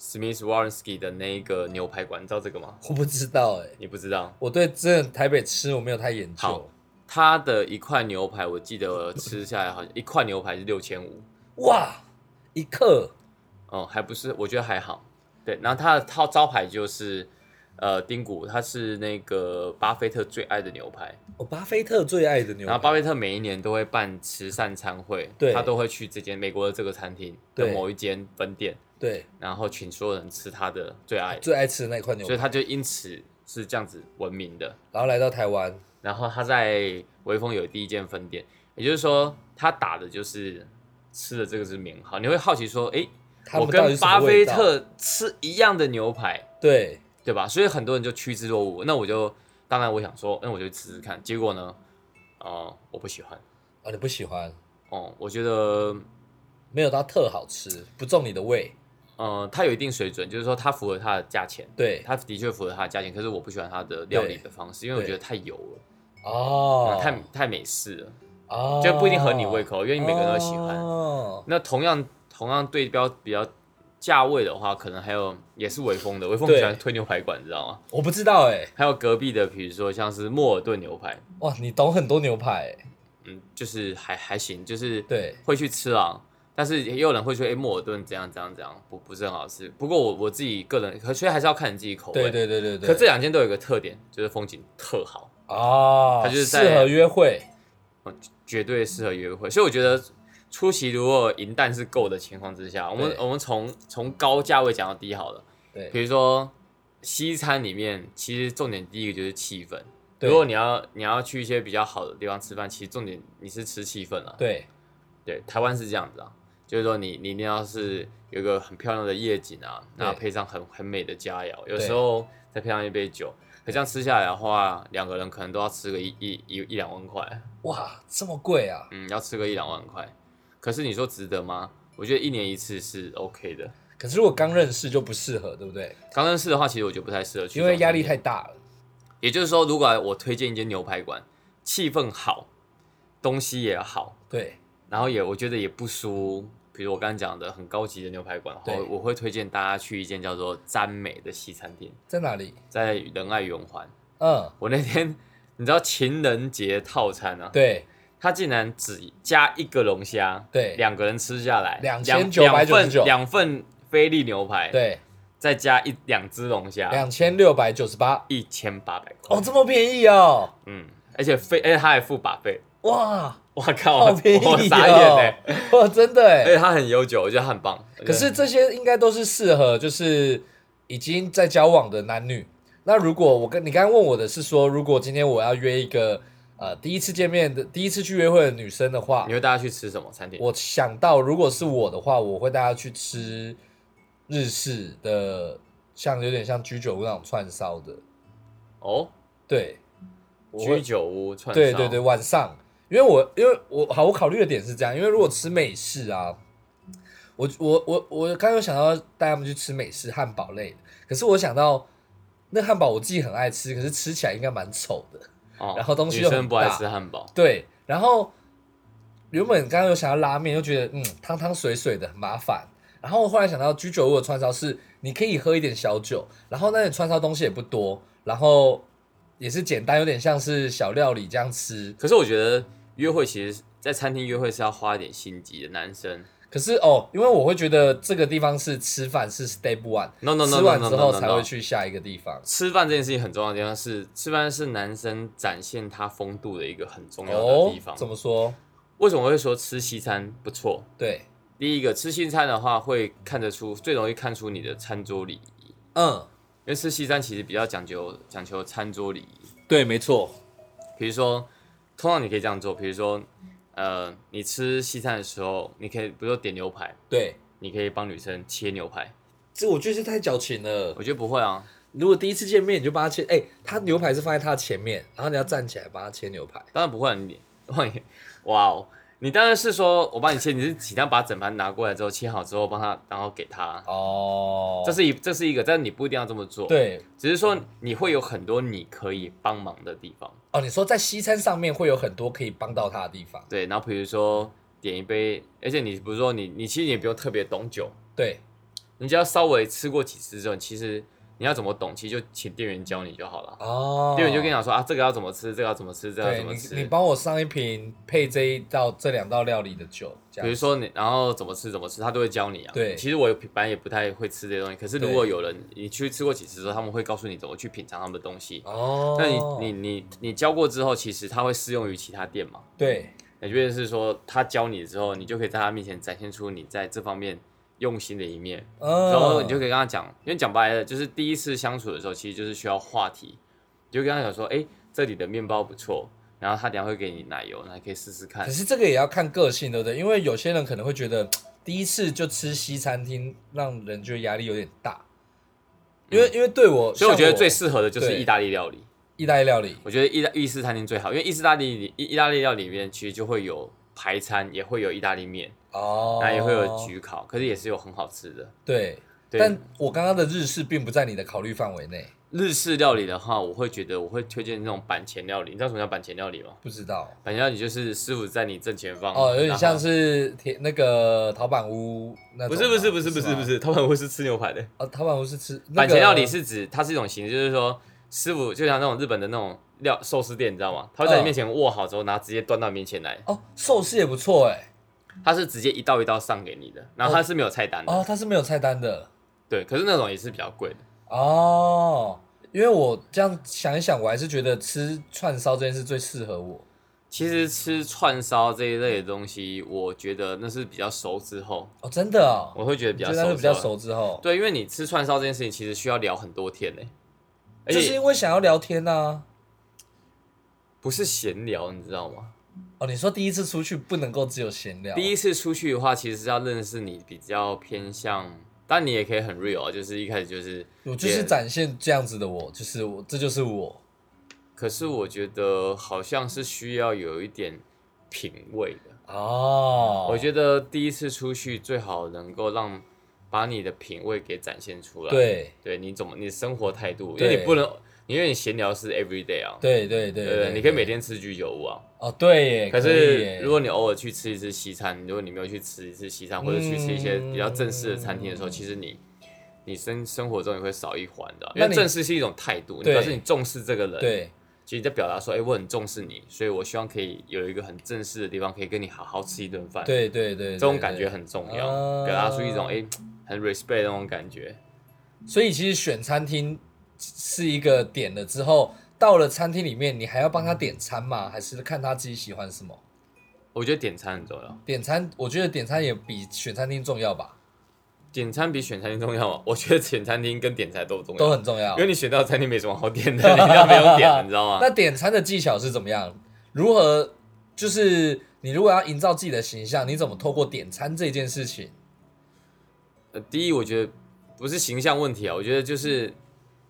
Speaker 2: Smith Warrenski 的那一个牛排馆，你知道这个吗？
Speaker 1: 我不知道哎，
Speaker 2: 你不知道？
Speaker 1: 我对真的台北吃我没有太研
Speaker 2: 好
Speaker 1: 究，
Speaker 2: 它的一块牛排，我记得吃下来好像一块牛排是六千五，
Speaker 1: 哇，一克
Speaker 2: 哦，还不是，我觉得还好。对，然后它的套招牌就是，呃，丁骨，它是那个巴菲特最爱的牛排。
Speaker 1: 我巴菲特最爱的牛排，
Speaker 2: 然后巴菲特每一年都会办慈善餐会，
Speaker 1: 对
Speaker 2: 他都会去这间美国的这个餐厅的
Speaker 1: 对
Speaker 2: 某一间分店，
Speaker 1: 对
Speaker 2: 然后请所有人吃他的最爱，
Speaker 1: 最爱吃的那块牛
Speaker 2: 所以
Speaker 1: 排，
Speaker 2: 他就因此是这样子闻名的。
Speaker 1: 然后来到台湾，
Speaker 2: 然后他在微风有第一间分店，也就是说他打的就是吃的这个是名号。你会好奇说，诶，
Speaker 1: 他
Speaker 2: 我
Speaker 1: 们到底
Speaker 2: 跟
Speaker 1: 是什么
Speaker 2: 巴
Speaker 1: 味
Speaker 2: 菲
Speaker 1: 道
Speaker 2: 特吃一样的牛排，
Speaker 1: 对，
Speaker 2: 对吧？所以很多人就趋之若鹜。那我就当然我想说，那我就试试看。结果呢，呃，我不喜欢。
Speaker 1: 啊，你不喜欢，
Speaker 2: 哦、我觉得，
Speaker 1: 没有到特好吃，不中你的胃，
Speaker 2: 呃，它有一定水准，就是说它符合它的价钱，
Speaker 1: 对，
Speaker 2: 它的确符合它的价钱。可是我不喜欢它的料理
Speaker 1: 对
Speaker 2: 的方式，因为我
Speaker 1: 对
Speaker 2: 觉得太油了，
Speaker 1: 哦
Speaker 2: 啊，太太美式了，
Speaker 1: 哦，
Speaker 2: 就不一定合你胃，口，因为每个人都喜欢。
Speaker 1: 哦，
Speaker 2: 那同样同样对标比较价位的话，可能还有也是微风的，微风
Speaker 1: 对
Speaker 2: 喜欢推牛排馆，你知道吗？
Speaker 1: 我不知道哎，
Speaker 2: 还有隔壁的，比如说像是莫尔顿牛排，
Speaker 1: 哇，你懂很多牛排欸，
Speaker 2: 嗯，就是还还行，就是
Speaker 1: 对，
Speaker 2: 会去吃啊。但是也有人会说，哎、莫尔顿怎样怎样怎样，不不是很好吃。不过我我自己个人，可所以还是要看你自己口味。
Speaker 1: 对对对对对，
Speaker 2: 可这两间都有一个特点，就是风景特好，
Speaker 1: 哦，
Speaker 2: 它就是
Speaker 1: 适
Speaker 2: 在
Speaker 1: 合约会，
Speaker 2: 绝对适合约会。所以我觉得出席如果银弹是够的情况之下，我们
Speaker 1: 对
Speaker 2: 我们从从高价位讲到低好了。比
Speaker 1: 对，
Speaker 2: 如说西餐里面，其实重点第一个就是气氛。
Speaker 1: 对
Speaker 2: 如果你要你要去一些比较好的地方吃饭，其实重点你是吃气氛啊。
Speaker 1: 对，
Speaker 2: 对，台湾是这样子啊，就是说你你一定要是有一个很漂亮的夜景啊，
Speaker 1: 对
Speaker 2: 然后配上很很美的佳肴，有
Speaker 1: 对
Speaker 2: 时候再配上一杯酒，可这样吃下来的话，两个人可能都要吃个一一一一两万块，
Speaker 1: 哇，这么贵啊！
Speaker 2: 嗯，要吃个一两万块。可是你说值得吗？我觉得一年一次是 OK 的。
Speaker 1: 可是如果刚认识就不适合，对不对？
Speaker 2: 刚认识的话，其实我觉得不太适合去这
Speaker 1: 因
Speaker 2: 种餐厅，
Speaker 1: 为压力太大了。
Speaker 2: 也就是说，如果我推荐一间牛排馆，气氛好，东西也好，
Speaker 1: 对，
Speaker 2: 然后也我觉得也不输，比如我刚刚讲的很高级的牛排馆，
Speaker 1: 对
Speaker 2: 我我会推荐大家去一间叫做詹美的西餐厅，
Speaker 1: 在哪里？
Speaker 2: 在仁爱圆环。
Speaker 1: 嗯，
Speaker 2: 我那天你知道情人节套餐啊，
Speaker 1: 对，
Speaker 2: 它竟然只加一个龙虾，
Speaker 1: 对
Speaker 2: 两个人吃下来
Speaker 1: 2999
Speaker 2: 两份两份菲力牛排，，
Speaker 1: 对，
Speaker 2: 再加一两只龙虾，
Speaker 1: 两千六百九十八。
Speaker 2: 一千八百块，
Speaker 1: 哦，这么便宜哦！
Speaker 2: 嗯，而且费，而且他还付把费。
Speaker 1: 哇，
Speaker 2: 我靠，
Speaker 1: 好便宜
Speaker 2: 我
Speaker 1: 哦！
Speaker 2: 傻眼哎、
Speaker 1: [laughs]
Speaker 2: 欸！
Speaker 1: 哇，真的
Speaker 2: 而且
Speaker 1: 哎。
Speaker 2: 他很悠久，我觉得他很棒。
Speaker 1: 可是这些应该都是适合就是已经在交往的男女。那如果我跟你刚刚问我的是说，如果今天我要约一个呃第一次见面的、第一次去约会的女生的话
Speaker 2: 你，会带他去吃什么餐厅？
Speaker 1: 我想到如果是我的话，我会带她去吃日式的，像有点像居酒屋那种串烧的。
Speaker 2: 哦，
Speaker 1: 对，我会
Speaker 2: 居酒屋串烧。
Speaker 1: 对对对，，晚上，因为我因为我好，我考虑的点是这样，因为如果吃美式啊，我我我我刚刚有想到带他们去吃美式汉堡类的，可是我想到那汉堡我自己很爱吃，可是吃起来应该蛮丑的。
Speaker 2: 哦，
Speaker 1: 然后东西
Speaker 2: 女
Speaker 1: 又很
Speaker 2: 生不爱
Speaker 1: 大
Speaker 2: 吃汉堡，
Speaker 1: 对，然后原本刚刚有想要拉面，又觉得嗯汤汤水水的很麻烦。然后我后来想到居酒屋的串烧是你可以喝一点小酒，然后那里串烧东西也不多，然后也是简单，有点像是小料理这样吃。
Speaker 2: 可是我觉得约会其实，在餐厅约会是要花一点心机的。男生
Speaker 1: 可是哦，因为我会觉得这个地方是吃饭是 step one，
Speaker 2: ，no no no
Speaker 1: 吃
Speaker 2: no
Speaker 1: 完
Speaker 2: no
Speaker 1: 之后
Speaker 2: no
Speaker 1: 才
Speaker 2: no，
Speaker 1: 会去下一个地方。
Speaker 2: 吃饭这件事情很重要的地方是，吃饭是男生展现他风度的一个很重要的
Speaker 1: 哦
Speaker 2: 地方。，
Speaker 1: 怎么说？
Speaker 2: 为什么会说吃西餐不错？
Speaker 1: 对，
Speaker 2: 第一个，吃西餐的话会看得出，最容易看出你的餐桌礼仪。
Speaker 1: 嗯，
Speaker 2: 因为吃西餐其实比较讲究讲求餐桌礼仪，
Speaker 1: 对，没错，
Speaker 2: 比如说，通常你可以这样做，比如说，呃，你吃西餐的时候，你可以比如说点牛排，
Speaker 1: 对，
Speaker 2: 你可以帮女生切牛排，
Speaker 1: 这我觉得是太矫情了。
Speaker 2: 我觉得不会啊，
Speaker 1: 如果第一次见面你就帮他切，哎、他牛排是放在他前面，然后你要站起来帮他切牛排。
Speaker 2: 当然不会、啊，你， [laughs] 哇你哇哦，你当然是说我帮你切，你是尽量把整盘拿过来之后切好之后帮他，然后给他，
Speaker 1: 哦
Speaker 2: 这是一这是一个，但你不一定要这么做，，
Speaker 1: 对
Speaker 2: 只是说你会有很多你可以帮忙的地方，
Speaker 1: 哦。你说在西餐上面会有很多可以帮到他的地方，
Speaker 2: 对，然后比如说点一杯，而且你不是说你你其实也不用特别懂酒。
Speaker 1: 对，
Speaker 2: 你只要稍微吃过几次之后，其实你要怎么懂，其实就请店员教你就好了。
Speaker 1: 哦，
Speaker 2: 店员就跟你讲说啊，这个要怎么吃，这个要怎么吃，这个要
Speaker 1: 对
Speaker 2: 怎么
Speaker 1: 你，你
Speaker 2: 吃。
Speaker 1: 帮我上一瓶配这一道这两道料理的酒，这
Speaker 2: 比如
Speaker 1: 样
Speaker 2: 说你，然后怎么吃怎么吃，他都会教你啊。
Speaker 1: 对
Speaker 2: 其实我本来也不太会吃这些东西，可是如
Speaker 1: 对
Speaker 2: 果有人你去吃过几次之后，他们会告诉你怎么去品尝他们的东西。
Speaker 1: 哦，
Speaker 2: 那你你你你教过之后，其实它会适用于其他店嘛？
Speaker 1: 对
Speaker 2: 也就是说，他教你之后，你就可以在他面前展现出你在这方面用心的一面。
Speaker 1: 嗯
Speaker 2: 然后你就可以跟他讲，因为讲白了，就是第一次相处的时候，其实就是需要话题。你就跟他讲说，哎、这里的面包不错，然后他等一下会给你奶油，那你可以试试看
Speaker 1: 可。是这个也要看个性，对不对？因为有些人可能会觉得第一次就吃西餐厅，让人觉得压力有点大。因为、因为对我，
Speaker 2: 嗯所以
Speaker 1: 像
Speaker 2: 我觉得最适合的就是
Speaker 1: 对
Speaker 2: 意大利料理。
Speaker 1: 意大利料理，
Speaker 2: 我觉得意大意式餐厅最好，因为意式大利意意大利料理里面其实就会有排餐，也会有意大利面，
Speaker 1: 哦，
Speaker 2: 然后也会有焗烤，可是也是有很好吃的。
Speaker 1: 对，
Speaker 2: 对，
Speaker 1: 但我刚刚的日式并不在你的考虑范围内，
Speaker 2: 日式料理的话，我会觉得我会推荐那种板前料理。你知道什么叫板前料理吗？
Speaker 1: 不知道
Speaker 2: 板前料理就是师傅在你正前方，
Speaker 1: 哦，有点像
Speaker 2: 然后。
Speaker 1: 是铁那个陶板屋那
Speaker 2: 不
Speaker 1: 种
Speaker 2: 是
Speaker 1: 吗
Speaker 2: 不是不是不是
Speaker 1: 吗
Speaker 2: 不是，他们会是吃牛排的。
Speaker 1: 啊，陶板屋是吃那
Speaker 2: 板前
Speaker 1: 个
Speaker 2: 料理是指它是一种形式，就是说师傅就像那种日本的那种料寿司店，你知道吗？他会在你面前握好之后，然后直接端到你面前来。
Speaker 1: 哦，寿司也不错哎，
Speaker 2: 它是直接一道一道上给你的，然后它是没有菜单的。
Speaker 1: 哦，它是没有菜单的
Speaker 2: 对，可是那种也是比较贵的。
Speaker 1: 哦，因为我这样想一想，我还是觉得吃串烧这件事最适合我。
Speaker 2: 其实吃串烧这一类的东西，我觉得那是比较熟之后，
Speaker 1: 哦，真的哦，
Speaker 2: 我会觉得比
Speaker 1: 你
Speaker 2: 较
Speaker 1: 觉得
Speaker 2: 熟。
Speaker 1: 是比较。熟之后，
Speaker 2: 对，因为你吃串烧这件事情，其实需要聊很多天呢、而
Speaker 1: 就是
Speaker 2: 且
Speaker 1: 因为想要聊天啊呐、
Speaker 2: 不是闲聊，你知道吗？
Speaker 1: 哦，你说第一次出去不能够只有闲聊，
Speaker 2: 第
Speaker 1: 一
Speaker 2: 一次出去的话，其实是要认识你比较偏向，但你也可以很 real，啊就是一开始就是
Speaker 1: 我就是
Speaker 2: 也
Speaker 1: 展现这样子的我，就是我，这就是我。
Speaker 2: 可是我觉得好像是需要有一点品味的。
Speaker 1: 哦，
Speaker 2: 我觉得第一次出去最好能够让把你的品味给展现出来。，
Speaker 1: 对
Speaker 2: 对你怎么你的生活态度，因
Speaker 1: 对
Speaker 2: 为你不能，因为你闲聊是 every day 啊。
Speaker 1: 对对对
Speaker 2: 对你可以每天吃居酒屋啊。
Speaker 1: 哦，对耶。
Speaker 2: 可
Speaker 1: 以
Speaker 2: 是
Speaker 1: 耶
Speaker 2: 如果你偶尔去吃一次西餐，如果你没有去吃一次西餐，或者去吃一些比较正式的餐厅的时候，
Speaker 1: 嗯
Speaker 2: 其实你。你生生活中也会少一环的，因
Speaker 1: 那
Speaker 2: 为
Speaker 1: 你
Speaker 2: 正式是一种态度，你
Speaker 1: 对
Speaker 2: 表示你重视这个人，
Speaker 1: 对
Speaker 2: 其实在表达说，哎、我很重视你，所以我希望可以有一个很正式的地方，可以跟你好好吃一顿饭。，
Speaker 1: 对对对对，
Speaker 2: 这种感觉很重要，
Speaker 1: 啊
Speaker 2: 表达出一种哎、很 respect 那种感觉。
Speaker 1: 所以其实选餐厅是一个点了之后，到了餐厅里面，你还要帮他点餐吗？还是看他自己喜欢什么？
Speaker 2: 我觉得点餐很重要，
Speaker 1: 点餐，我觉得点餐也比选餐厅重要吧，
Speaker 2: 点餐比选餐厅重要吗？ [laughs] 我觉得选餐厅跟点餐都重要，
Speaker 1: 都很重要
Speaker 2: 啊因。为你选到餐厅没什么好点的，你要没有
Speaker 1: [laughs]
Speaker 2: 点，你知道吗
Speaker 1: 那？点餐的技巧是怎么样？如何就是你如果要营造自己的形象，你怎么透过点餐这件事情？
Speaker 2: 呃第一，我觉得不是形象问题啊，我觉得就是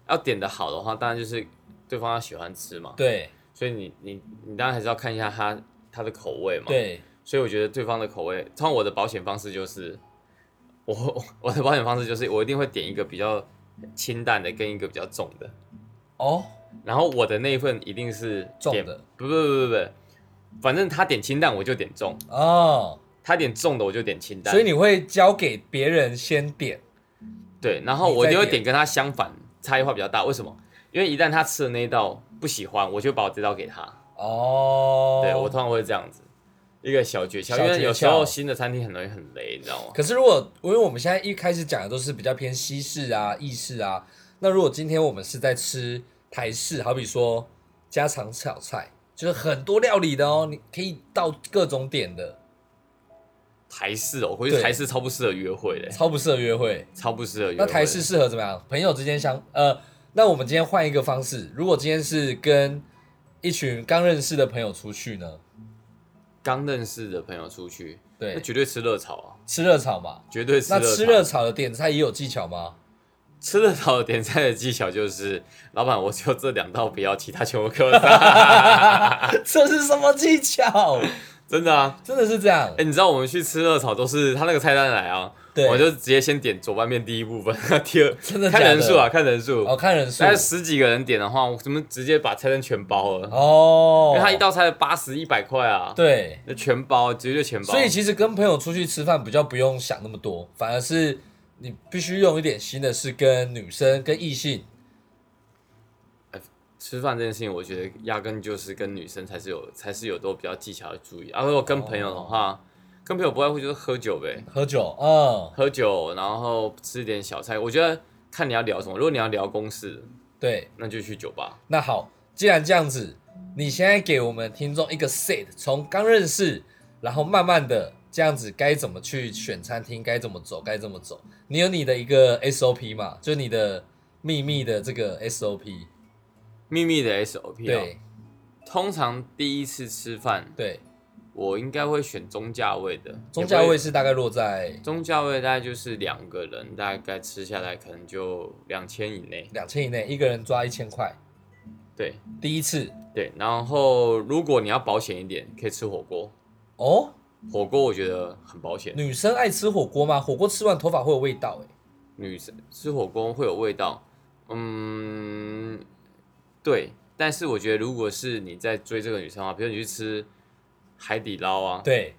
Speaker 2: 要点的好的话，当然就是对方要喜欢吃嘛，
Speaker 1: 对
Speaker 2: 所以你你你当然还是要看一下他他的口味嘛，。
Speaker 1: 对，
Speaker 2: 所以我觉得对方的口味，通常我的保险方式就是，我我的保险方式就是我一定会点一个比较清淡的跟一个比较重的，
Speaker 1: 哦，
Speaker 2: 然后我的那一份一定是
Speaker 1: 重
Speaker 2: 点
Speaker 1: 的，
Speaker 2: 不不不不不，反正他点清淡我就点重，
Speaker 1: 哦，
Speaker 2: 他点重的我就点清淡，
Speaker 1: 所以你会交给别人先点，
Speaker 2: 对，然后
Speaker 1: 嗯你
Speaker 2: 我
Speaker 1: 再
Speaker 2: 就会
Speaker 1: 点
Speaker 2: 点跟他相反，差异化比较大，为什么？因为一旦他吃的那一道不喜欢，我就把我这道给他，
Speaker 1: 哦，
Speaker 2: 对我通常会这样子。一个小诀窍，
Speaker 1: 小
Speaker 2: 因为
Speaker 1: 诀
Speaker 2: 有时候
Speaker 1: 窍
Speaker 2: 新的餐厅很容易很雷，你知道吗？
Speaker 1: 可是如果因为我们现在一开始讲的都是比较偏西式啊、意式啊，那如果今天我们是在吃台式，好比说家常小菜，就是很多料理的哦，你可以到各种点的，
Speaker 2: 台式哦，我估计
Speaker 1: 对
Speaker 2: 台式超不适合约会的，
Speaker 1: 超不适合约会。
Speaker 2: 超不适合约会
Speaker 1: 那
Speaker 2: 的。
Speaker 1: 台式适合怎么样？朋友之间相呃，那我们今天换一个方式，如果今天是跟一群刚认识的朋友出去呢？
Speaker 2: 刚认识的朋友出去，那
Speaker 1: 对，
Speaker 2: 绝对吃热炒啊，
Speaker 1: 吃热炒嘛。
Speaker 2: 绝对吃
Speaker 1: 那
Speaker 2: 热
Speaker 1: 吃热
Speaker 2: 热
Speaker 1: 炒的点菜也有技巧吗？ [laughs]
Speaker 2: 吃热炒的点菜的技巧就是，老板我就这两道不要，其他全部给我
Speaker 1: [laughs]
Speaker 2: 杀。
Speaker 1: 这是什么技巧？
Speaker 2: 真的啊，
Speaker 1: 真的是这样
Speaker 2: 哎、？你知道我们去吃热炒都是他那个菜单来啊，
Speaker 1: 对，
Speaker 2: 我就直接先点左半面第一部分， [laughs] 第二
Speaker 1: 真的
Speaker 2: 看
Speaker 1: 假的
Speaker 2: 人数啊，看人数，
Speaker 1: 哦看人数
Speaker 2: 大概十几个人点的话，我怎么直接把菜单全包了？
Speaker 1: 哦，
Speaker 2: 因为他一道菜八十一百块啊，，
Speaker 1: 对，
Speaker 2: 那全包，直接就全包。
Speaker 1: 所以其实跟朋友出去吃饭比较不用想那么多，反而是你必须用一点新的是跟女生跟异性
Speaker 2: 吃饭这件事情，我觉得压根就是跟女生才是有才是有都比较技巧的注意。啊，如果跟朋友的话，
Speaker 1: 哦
Speaker 2: 跟朋友不外乎就是喝酒呗，
Speaker 1: 喝酒，嗯，
Speaker 2: 喝酒，然后吃一点小菜。我觉得看你要聊什么，如果你要聊公事，
Speaker 1: 对，
Speaker 2: 那就去酒吧。
Speaker 1: 那好，既然这样子，你现在给我们听众一个 set，从刚认识，然后慢慢的这样子该怎么去选餐厅，该怎么走，该怎么走，你有你的一个 SOP 嘛，就你的秘密的这个 SOP，
Speaker 2: 秘密的 SOP 啊、
Speaker 1: 对，
Speaker 2: 通常第一次吃饭，
Speaker 1: 对，
Speaker 2: 我应该会选中价位的，
Speaker 1: 中价
Speaker 2: 也不
Speaker 1: 位
Speaker 2: 会
Speaker 1: 是大概落在
Speaker 2: 中价位大概就是两个人，大概吃下来可能就两千以内。
Speaker 1: 两千以内，一个人抓一千块。
Speaker 2: 对
Speaker 1: 第一次
Speaker 2: 对，然后如果你要保险一点，可以吃火锅。
Speaker 1: 哦，
Speaker 2: 火锅我觉得很保险，
Speaker 1: 女生爱吃火锅吗？火锅吃完头发会有味道、欸，
Speaker 2: 女生吃火锅会有味道。嗯，对，但是我觉得如果是你在追这个女生的话，比如你去吃海底捞啊，哎
Speaker 1: 对，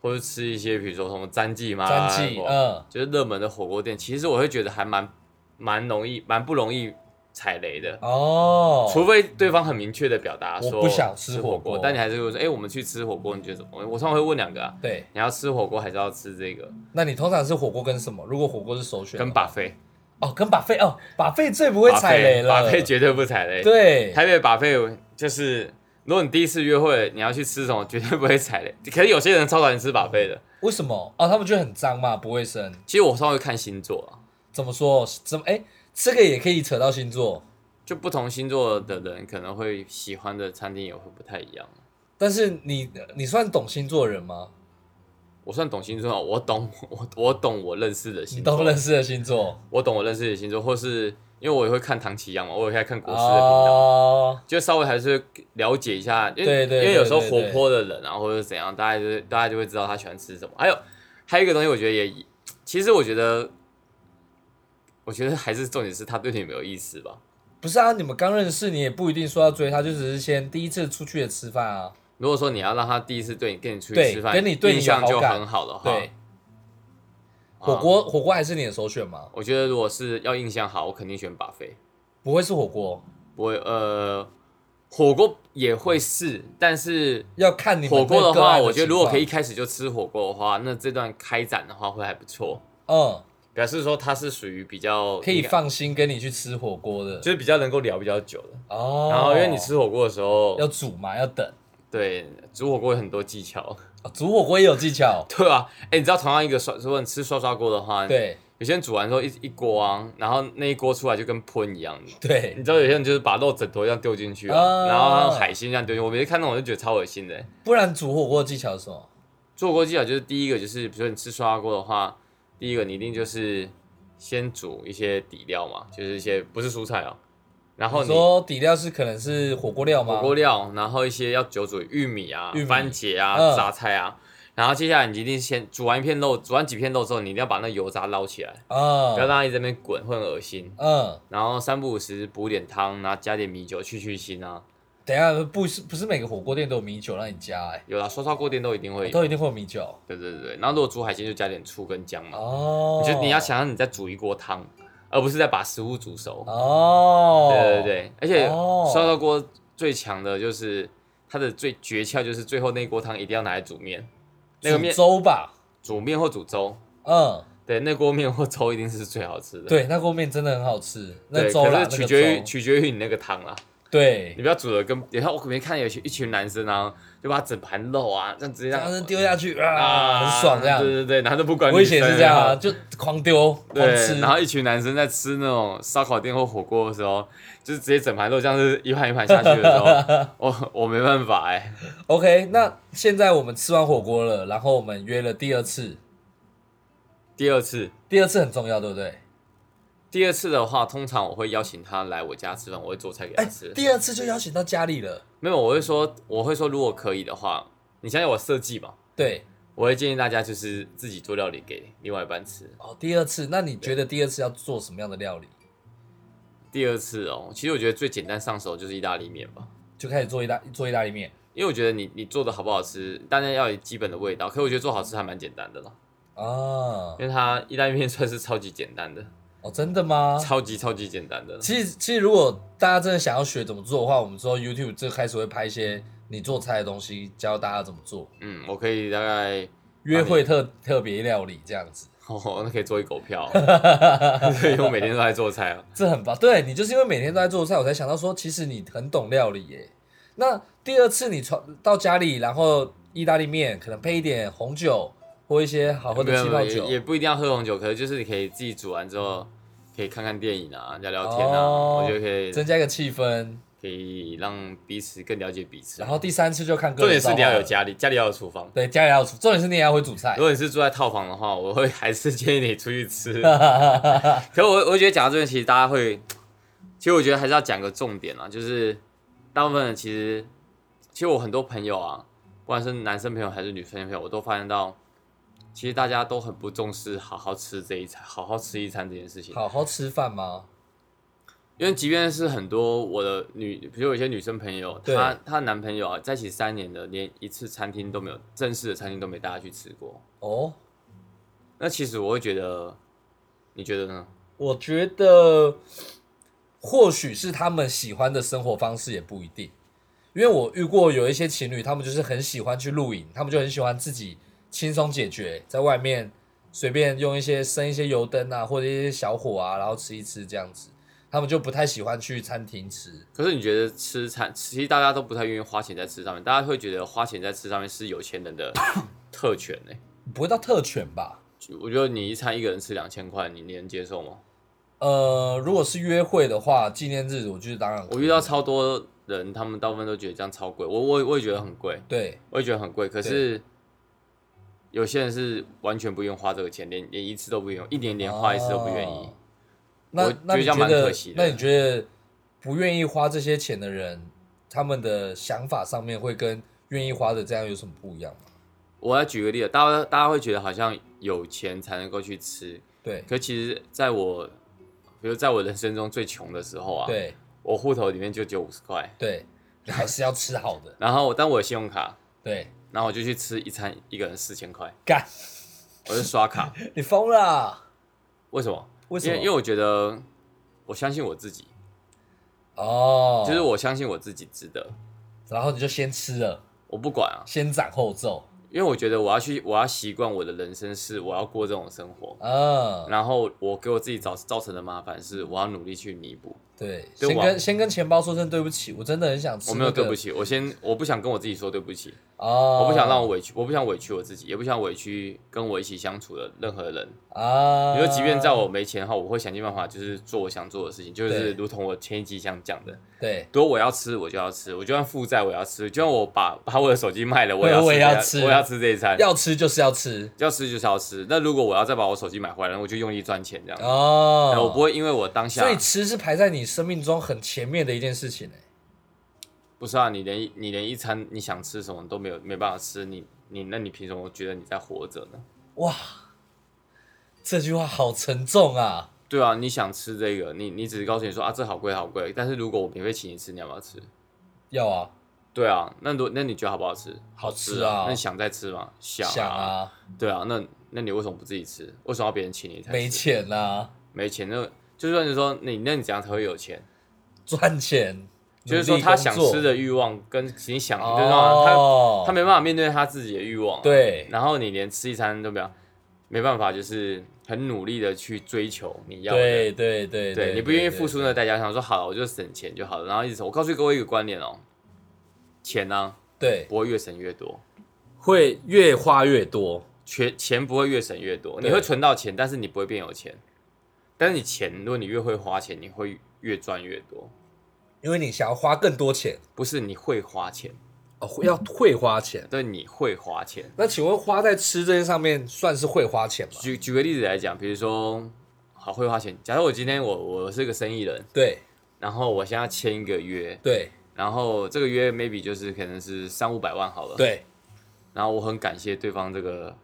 Speaker 2: 或者吃一些比如说什么詹记嘛，
Speaker 1: 詹记，
Speaker 2: 或
Speaker 1: 嗯，
Speaker 2: 就是热门的火锅店，其实我会觉得还蛮蛮容易，蛮不容易踩雷的。
Speaker 1: 哦，
Speaker 2: 除非对方很明确的表达说
Speaker 1: 我不想吃
Speaker 2: 吃
Speaker 1: 火
Speaker 2: 火
Speaker 1: 锅
Speaker 2: 但你还是会说，哎、我们去吃火锅，你觉得怎么？我通常会问两个啊，
Speaker 1: 对，
Speaker 2: 你要吃火锅还是要吃这个？
Speaker 1: 那你通常是火锅跟什么？如果火锅是首选的
Speaker 2: 跟
Speaker 1: 话，
Speaker 2: 把费，
Speaker 1: 哦，跟把费哦，把费最啊不会踩雷了，
Speaker 2: 把费绝对不踩雷。，
Speaker 1: 对，
Speaker 2: 台北把费就是，如果你第一次约会，你要去吃什么，绝对不会踩雷。可是有些人超讨厌吃把费的。
Speaker 1: 为什么？哦，他们觉得很脏嘛，不卫生。
Speaker 2: 其实我稍微看星座啊，
Speaker 1: 怎么说？怎么？哎，这个也可以扯到星座，
Speaker 2: 就不同星座的人可能会喜欢的餐厅也会不太一样。
Speaker 1: 但是你你算懂星座人吗？
Speaker 2: 我算懂星座 [laughs] 啊，我懂我我懂我认识的星
Speaker 1: 你
Speaker 2: 座，
Speaker 1: 都认识的星座
Speaker 2: 我懂我认识的星座，或是因为我也会看唐奇阳嘛，我也会看国师的频道，
Speaker 1: 哦，
Speaker 2: 就稍微还是会了解一下，因
Speaker 1: 对
Speaker 2: 为
Speaker 1: 对
Speaker 2: 因为有时候
Speaker 1: 对对
Speaker 2: 活泼的人啊，或者是怎样，大家就是大家就会知道他喜欢吃什么。还有还有一个东西，我觉得也，其实我觉得，我觉得还是重点是他对你有没有意思吧。
Speaker 1: 不是啊，你们刚认识，你也不一定说要追他，就只是先第一次出去的吃饭啊。
Speaker 2: 如果说你要让他第一次对你跟你出去
Speaker 1: 对
Speaker 2: 吃饭，
Speaker 1: 跟你对你
Speaker 2: 印
Speaker 1: 有
Speaker 2: 象就
Speaker 1: 好感
Speaker 2: 很好的话，嗯
Speaker 1: 对，
Speaker 2: 啊
Speaker 1: 火锅、火锅还是你的首选吗？
Speaker 2: 我觉得如果是要印象好，我肯定选把费。
Speaker 1: 不会是火锅，
Speaker 2: 我呃，火锅也会是，但是
Speaker 1: 要看你们
Speaker 2: 火锅
Speaker 1: 对
Speaker 2: 的
Speaker 1: 个
Speaker 2: 话，
Speaker 1: 案
Speaker 2: 我觉得如果可以一
Speaker 1: 情
Speaker 2: 开始就吃火锅的话，那这段开展的话会还不错，
Speaker 1: 况，
Speaker 2: 表示说他是属于比较
Speaker 1: 嗯，可以
Speaker 2: 应该，
Speaker 1: 放心跟你去吃火锅的
Speaker 2: 就是比较能够聊比较久的。
Speaker 1: 哦。
Speaker 2: 然后因为你吃火锅的时候，
Speaker 1: 要煮嘛，要等。
Speaker 2: 对煮火锅有很多技巧， [laughs]
Speaker 1: 哦煮火锅也有技巧，
Speaker 2: 对啊，哎，你知道同样一个刷，如果你吃刷刷锅的话，，
Speaker 1: 对
Speaker 2: 有些人煮完之后一一锅啊，然后那一锅出来就跟喷一样的。
Speaker 1: 对
Speaker 2: 你知道有些人就是把肉整坨这样丢进去啊，
Speaker 1: 啊
Speaker 2: 然后海鲜这样丢进去，我每次看那种我就觉得超恶心的、
Speaker 1: 不然煮火锅的技巧是什么？
Speaker 2: 做锅技巧就是第一个就是，比如说你吃刷锅的话，第一个你一定就是先煮一些底料嘛，就是一些不是蔬菜哦，然后
Speaker 1: 你
Speaker 2: 你
Speaker 1: 说底料是可能是火锅料吗？
Speaker 2: 火锅料，然后一些要久煮玉米啊、
Speaker 1: 玉米
Speaker 2: 番茄啊、
Speaker 1: 嗯
Speaker 2: 榨菜啊，然后接下来你一定先煮完一片肉，煮完几片肉之后，你一定要把那油渣捞起来，不要
Speaker 1: 嗯
Speaker 2: 让它一直在那边滚，会很恶心。
Speaker 1: 嗯，
Speaker 2: 然后三不五时补点汤，然后加点米酒去去腥啊。
Speaker 1: 等一下不是不是每个火锅店都有米酒让你加、欸，
Speaker 2: 有啦，刷刷锅店都一定会有。
Speaker 1: 都一定会有米酒
Speaker 2: 对对对对，然后如果煮海鲜就加点醋跟姜嘛。
Speaker 1: 哦。
Speaker 2: 你就你要想象你在煮一锅汤，而不是在把食物煮熟。
Speaker 1: 哦，
Speaker 2: 对对对，而且
Speaker 1: 哦
Speaker 2: 烧烧锅最强的就是它的最诀窍，就是最后那一锅汤一定要拿来煮面，那个面
Speaker 1: 煮粥吧，
Speaker 2: 煮面或煮粥，
Speaker 1: 嗯，
Speaker 2: 对，那锅面或粥一定是最好吃的。
Speaker 1: 对，那锅面真的很好吃，那
Speaker 2: 对，
Speaker 1: 粥啦，那
Speaker 2: 可是
Speaker 1: 个
Speaker 2: 取决于
Speaker 1: 粥
Speaker 2: 取决于你那个汤啦，
Speaker 1: 对
Speaker 2: 你，不要煮的跟，你看我没看有些一群男生啊，就把整盘肉啊，这样直接
Speaker 1: 这
Speaker 2: 这
Speaker 1: 样子
Speaker 2: 样
Speaker 1: 丢下去啊，很爽这样
Speaker 2: 对。对对，然后都不管
Speaker 1: 我以前
Speaker 2: 女生
Speaker 1: 是这样啊，就狂丢狂
Speaker 2: 对，
Speaker 1: 吃，
Speaker 2: 然后一群男生在吃那种烧烤店或火锅的时候，就是直接整盘肉这样子一盘一盘下去的时候，
Speaker 1: [laughs]
Speaker 2: 我我没办法哎、
Speaker 1: OK，那现在我们吃完火锅了，然后我们约了第二次，
Speaker 2: 第二次，
Speaker 1: 第二次很重要，对不对？
Speaker 2: 第二次的话，通常我会邀请他来我家吃饭，我会做菜给他吃。
Speaker 1: 哎第二次就邀请到家里了，
Speaker 2: 没有，我会说，我会说，如果可以的话，你想想我设计嘛，
Speaker 1: 对。
Speaker 2: 我会建议大家就是自己做料理给另外一半吃。
Speaker 1: 哦，第二次，那你觉得第二次要做什么样的料理？
Speaker 2: 第二次哦，其实我觉得最简单上手就是意大利面吧。
Speaker 1: 就开始做意大做意大利面。
Speaker 2: 因为我觉得你你做的好不好吃，当然要有基本的味道，可我觉得做好吃还蛮简单的啦，
Speaker 1: 啊，
Speaker 2: 因为它意大利面算是超级简单的。
Speaker 1: 哦，真的吗？
Speaker 2: 超级超级简单的。
Speaker 1: 其实，其实如果大家真的想要学怎么做的话，我们之后 YouTube 这开始会拍一些你做菜的东西，教大家怎么做，
Speaker 2: 嗯，我可以大概， [laughs]
Speaker 1: 约会特特别料理这样子，
Speaker 2: 哦，那可以做一狗
Speaker 1: [laughs]
Speaker 2: 票，对，因为我每天都在做菜啊。
Speaker 1: 这很棒。对你就是因为每天都在做菜，我才想到说，其实你很懂料理耶。那第二次你传到家里，然后意大利面可能配一点红酒 [laughs] 或一些好喝
Speaker 2: 没
Speaker 1: 的
Speaker 2: 有
Speaker 1: 气
Speaker 2: 没有
Speaker 1: 泡
Speaker 2: 也
Speaker 1: 酒，
Speaker 2: 也不一定要喝红酒，可是就是你可以自己煮完之后，可以看看电影啊，聊聊天啊，
Speaker 1: 哦
Speaker 2: 我觉得可以。
Speaker 1: 增加一个气氛。
Speaker 2: 可以让彼此更了解彼此。啊
Speaker 1: 然后第三次就看个
Speaker 2: 重
Speaker 1: 人造
Speaker 2: 点是
Speaker 1: 化了。
Speaker 2: 你要有家里，家里要有厨房。
Speaker 1: 对家里要有厨，重点是你也要会煮菜
Speaker 2: 如。果你是住在套房的话，我会 [laughs] 还是建议你出
Speaker 1: [laughs]
Speaker 2: 去吃。
Speaker 1: 嗯
Speaker 2: 可我我觉得讲到这边，其实大家会，其实我觉得还是要讲个重点啊，就是大部分人其实，其实我很多朋友啊，不管是男生朋友还是女生朋友，我都发现到，其实大家都很不重视好好吃这一餐，好好吃一餐这件事情。
Speaker 1: 好好吃饭吗？
Speaker 2: 因为即便是很多我的女，比如有一些女生朋友，
Speaker 1: 对
Speaker 2: 她她男朋友啊在一起三年的，连一次餐厅都没有，正式的餐厅都没带她去吃过。
Speaker 1: 哦，
Speaker 2: 那其实我会觉得，你觉得呢？
Speaker 1: 我觉得或许是他们喜欢的生活方式也不一定，因为我遇过有一些情侣，他们就是很喜欢去露营，他们就很喜欢自己轻松解决，在外面随便用一些生一些油灯啊，或者一些小火啊，然后吃一吃这样子，他们就不太喜欢去餐厅吃。
Speaker 2: 可是你觉得吃餐，其实大家都不太愿意花钱在吃上面，大家会觉得花钱在吃上面是有钱人的特权呢、
Speaker 1: 不会到特权吧？
Speaker 2: 就我觉得你一餐一个人吃两千块，你你能接受吗？
Speaker 1: 呃，如果是约会的话，纪念日我就是当然
Speaker 2: 我遇到超多人，他们大部分都觉得这样超贵，我我我也觉得很贵，
Speaker 1: 对
Speaker 2: 我也觉得很贵。可是有些人是完全不愿意花这个钱，连连一次都不愿意，一年连花一次都不愿意。
Speaker 1: 哦那
Speaker 2: 我
Speaker 1: 那
Speaker 2: 觉得
Speaker 1: 你
Speaker 2: 这样
Speaker 1: 觉
Speaker 2: 蛮
Speaker 1: 得
Speaker 2: 可惜的
Speaker 1: 那你觉得不愿意花这些钱的人，他们的想法上面会跟愿意花的这样有什么不一样吗？
Speaker 2: 我来举个例子，大家大家会觉得好像有钱才能够去吃，
Speaker 1: 对
Speaker 2: 可其实在我，比如在我人生中最穷的时候啊，
Speaker 1: 对
Speaker 2: 我户头里面就只有五十块，
Speaker 1: 对，你还是要吃好的。
Speaker 2: 然后但我有信用卡，
Speaker 1: 对，
Speaker 2: 然后我就去吃一餐，一个人四千块，
Speaker 1: 干，
Speaker 2: 我就
Speaker 1: [laughs]
Speaker 2: 刷卡。
Speaker 1: 你疯了啊？
Speaker 2: 为什么？
Speaker 1: 为什
Speaker 2: 因
Speaker 1: 么？
Speaker 2: 为因为我觉得我相信我自己，
Speaker 1: 哦，
Speaker 2: 就是我相信我自己值得，
Speaker 1: 然后你就先吃了，
Speaker 2: 我不管啊，
Speaker 1: 先斩后奏。
Speaker 2: 因为我觉得我要去，我要习惯我的人生是我要过这种生活。
Speaker 1: 嗯，
Speaker 2: 然后我给我自己造造成的麻烦是，我要努力去弥补。
Speaker 1: 对，
Speaker 2: 对
Speaker 1: 先
Speaker 2: 我啊
Speaker 1: 跟先跟钱包说声对不起，我真的很想吃、
Speaker 2: 我没有对不，起，我先我不想跟我自己说对不起，
Speaker 1: 哦，
Speaker 2: 我不想让我委屈，我不想委屈我自己，也不想委屈跟我一起相处的任何人。
Speaker 1: 啊，
Speaker 2: 你说，即便在我没钱后，我会想尽办法，就是做我想做的事情，就
Speaker 1: 对
Speaker 2: 是如同我前一集想讲的，
Speaker 1: 对
Speaker 2: 多我要吃我就要吃，我就算负债我也要吃，就算我把把我的手机卖了，我
Speaker 1: 我也
Speaker 2: 也
Speaker 1: 要
Speaker 2: 要
Speaker 1: 吃
Speaker 2: 这一餐我也要吃这一餐，要
Speaker 1: 要吃就是要吃
Speaker 2: 要吃就是要吃。那如果我要再把我手机买回来，我就用力赚钱这样。
Speaker 1: 哦
Speaker 2: 哎那，我不会因为我当下
Speaker 1: 所以吃是排在你生命中很前面的一件事情、欸、
Speaker 2: 不是啊，你连一你连一餐你想吃什么都没有没办法吃，你你那你凭什么觉得你在活着呢？
Speaker 1: 哇，这句话好沉重啊！
Speaker 2: 对啊，你想吃这个，你你只是告诉你说啊这好贵好贵，但是如果我免费请你吃，你要不要吃？
Speaker 1: 要啊，
Speaker 2: 对啊，那如那你觉得好不好吃？
Speaker 1: 好吃
Speaker 2: 吃
Speaker 1: 啊
Speaker 2: 那你想再吃吗？想
Speaker 1: 想啊，
Speaker 2: 对啊，那那你为什么不自己吃？为什么要别人请你才吃
Speaker 1: 没钱啊，
Speaker 2: 没钱，那就算是说你那你怎样才会有钱？
Speaker 1: 赚钱，
Speaker 2: 就是说他想吃的
Speaker 1: 欲
Speaker 2: 欲望跟你想，
Speaker 1: 望，
Speaker 2: 就是说
Speaker 1: 哦
Speaker 2: 他他没办法面对他自己的欲望、，
Speaker 1: 对
Speaker 2: 然后你连吃一餐都没有，没办法，就是很努力的去追求你要的。
Speaker 1: 对对对
Speaker 2: 对你不愿意付出那
Speaker 1: 的
Speaker 2: 个代价，想说好了，我就省钱就好了。然后一直省我告诉各位一个观念哦，钱呢、
Speaker 1: 对，
Speaker 2: 不会越省越多，
Speaker 1: 会越花越多，
Speaker 2: 钱钱不会越省越多，
Speaker 1: 对
Speaker 2: 你会存到钱，但是你不会变有钱。但是你钱，如果你越会花钱，你会越赚越多。
Speaker 1: 因为你想要花更多钱
Speaker 2: 不是你会花钱，
Speaker 1: 哦，会要会花钱。
Speaker 2: 对，你会花钱。
Speaker 1: 那请问花在吃这些上面算是会花钱吗？
Speaker 2: 举举个例子来讲，比如说，好会花钱。假如我今天我我是个生意人，
Speaker 1: 对
Speaker 2: 然后我现在签一个约，
Speaker 1: 对
Speaker 2: 然后这个约 maybe 就是可能是三五百万好了，。
Speaker 1: 对
Speaker 2: 然后我很感谢对方这个，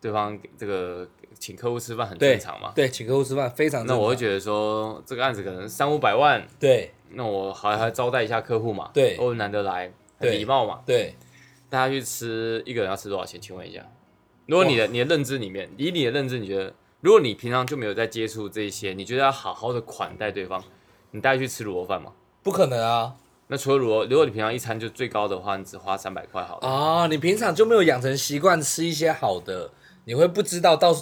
Speaker 2: 对方这个请客户吃饭很
Speaker 1: 对
Speaker 2: 正常嘛。
Speaker 1: 对，请客户吃饭非常
Speaker 2: 那我会
Speaker 1: 得
Speaker 2: 觉得说这个案子可能三五百万，
Speaker 1: 对
Speaker 2: 那我还还招待一下客户嘛，
Speaker 1: 对
Speaker 2: 我难得来，很
Speaker 1: 对
Speaker 2: 礼貌嘛。
Speaker 1: 对
Speaker 2: 大家去吃一个人要吃多少钱？请问一下，如果你的你的认知里面，以你的认知，你觉得如果你平常就没有在接触这些，你觉得要好好的款待对方，你带他去吃卤肉饭吗？
Speaker 1: 不可能啊！
Speaker 2: 那除了卤肉，如果你平常一餐就最高的话，你只花三百块好了。
Speaker 1: 啊，你平常就没有养成习惯吃一些好的，你会不知道到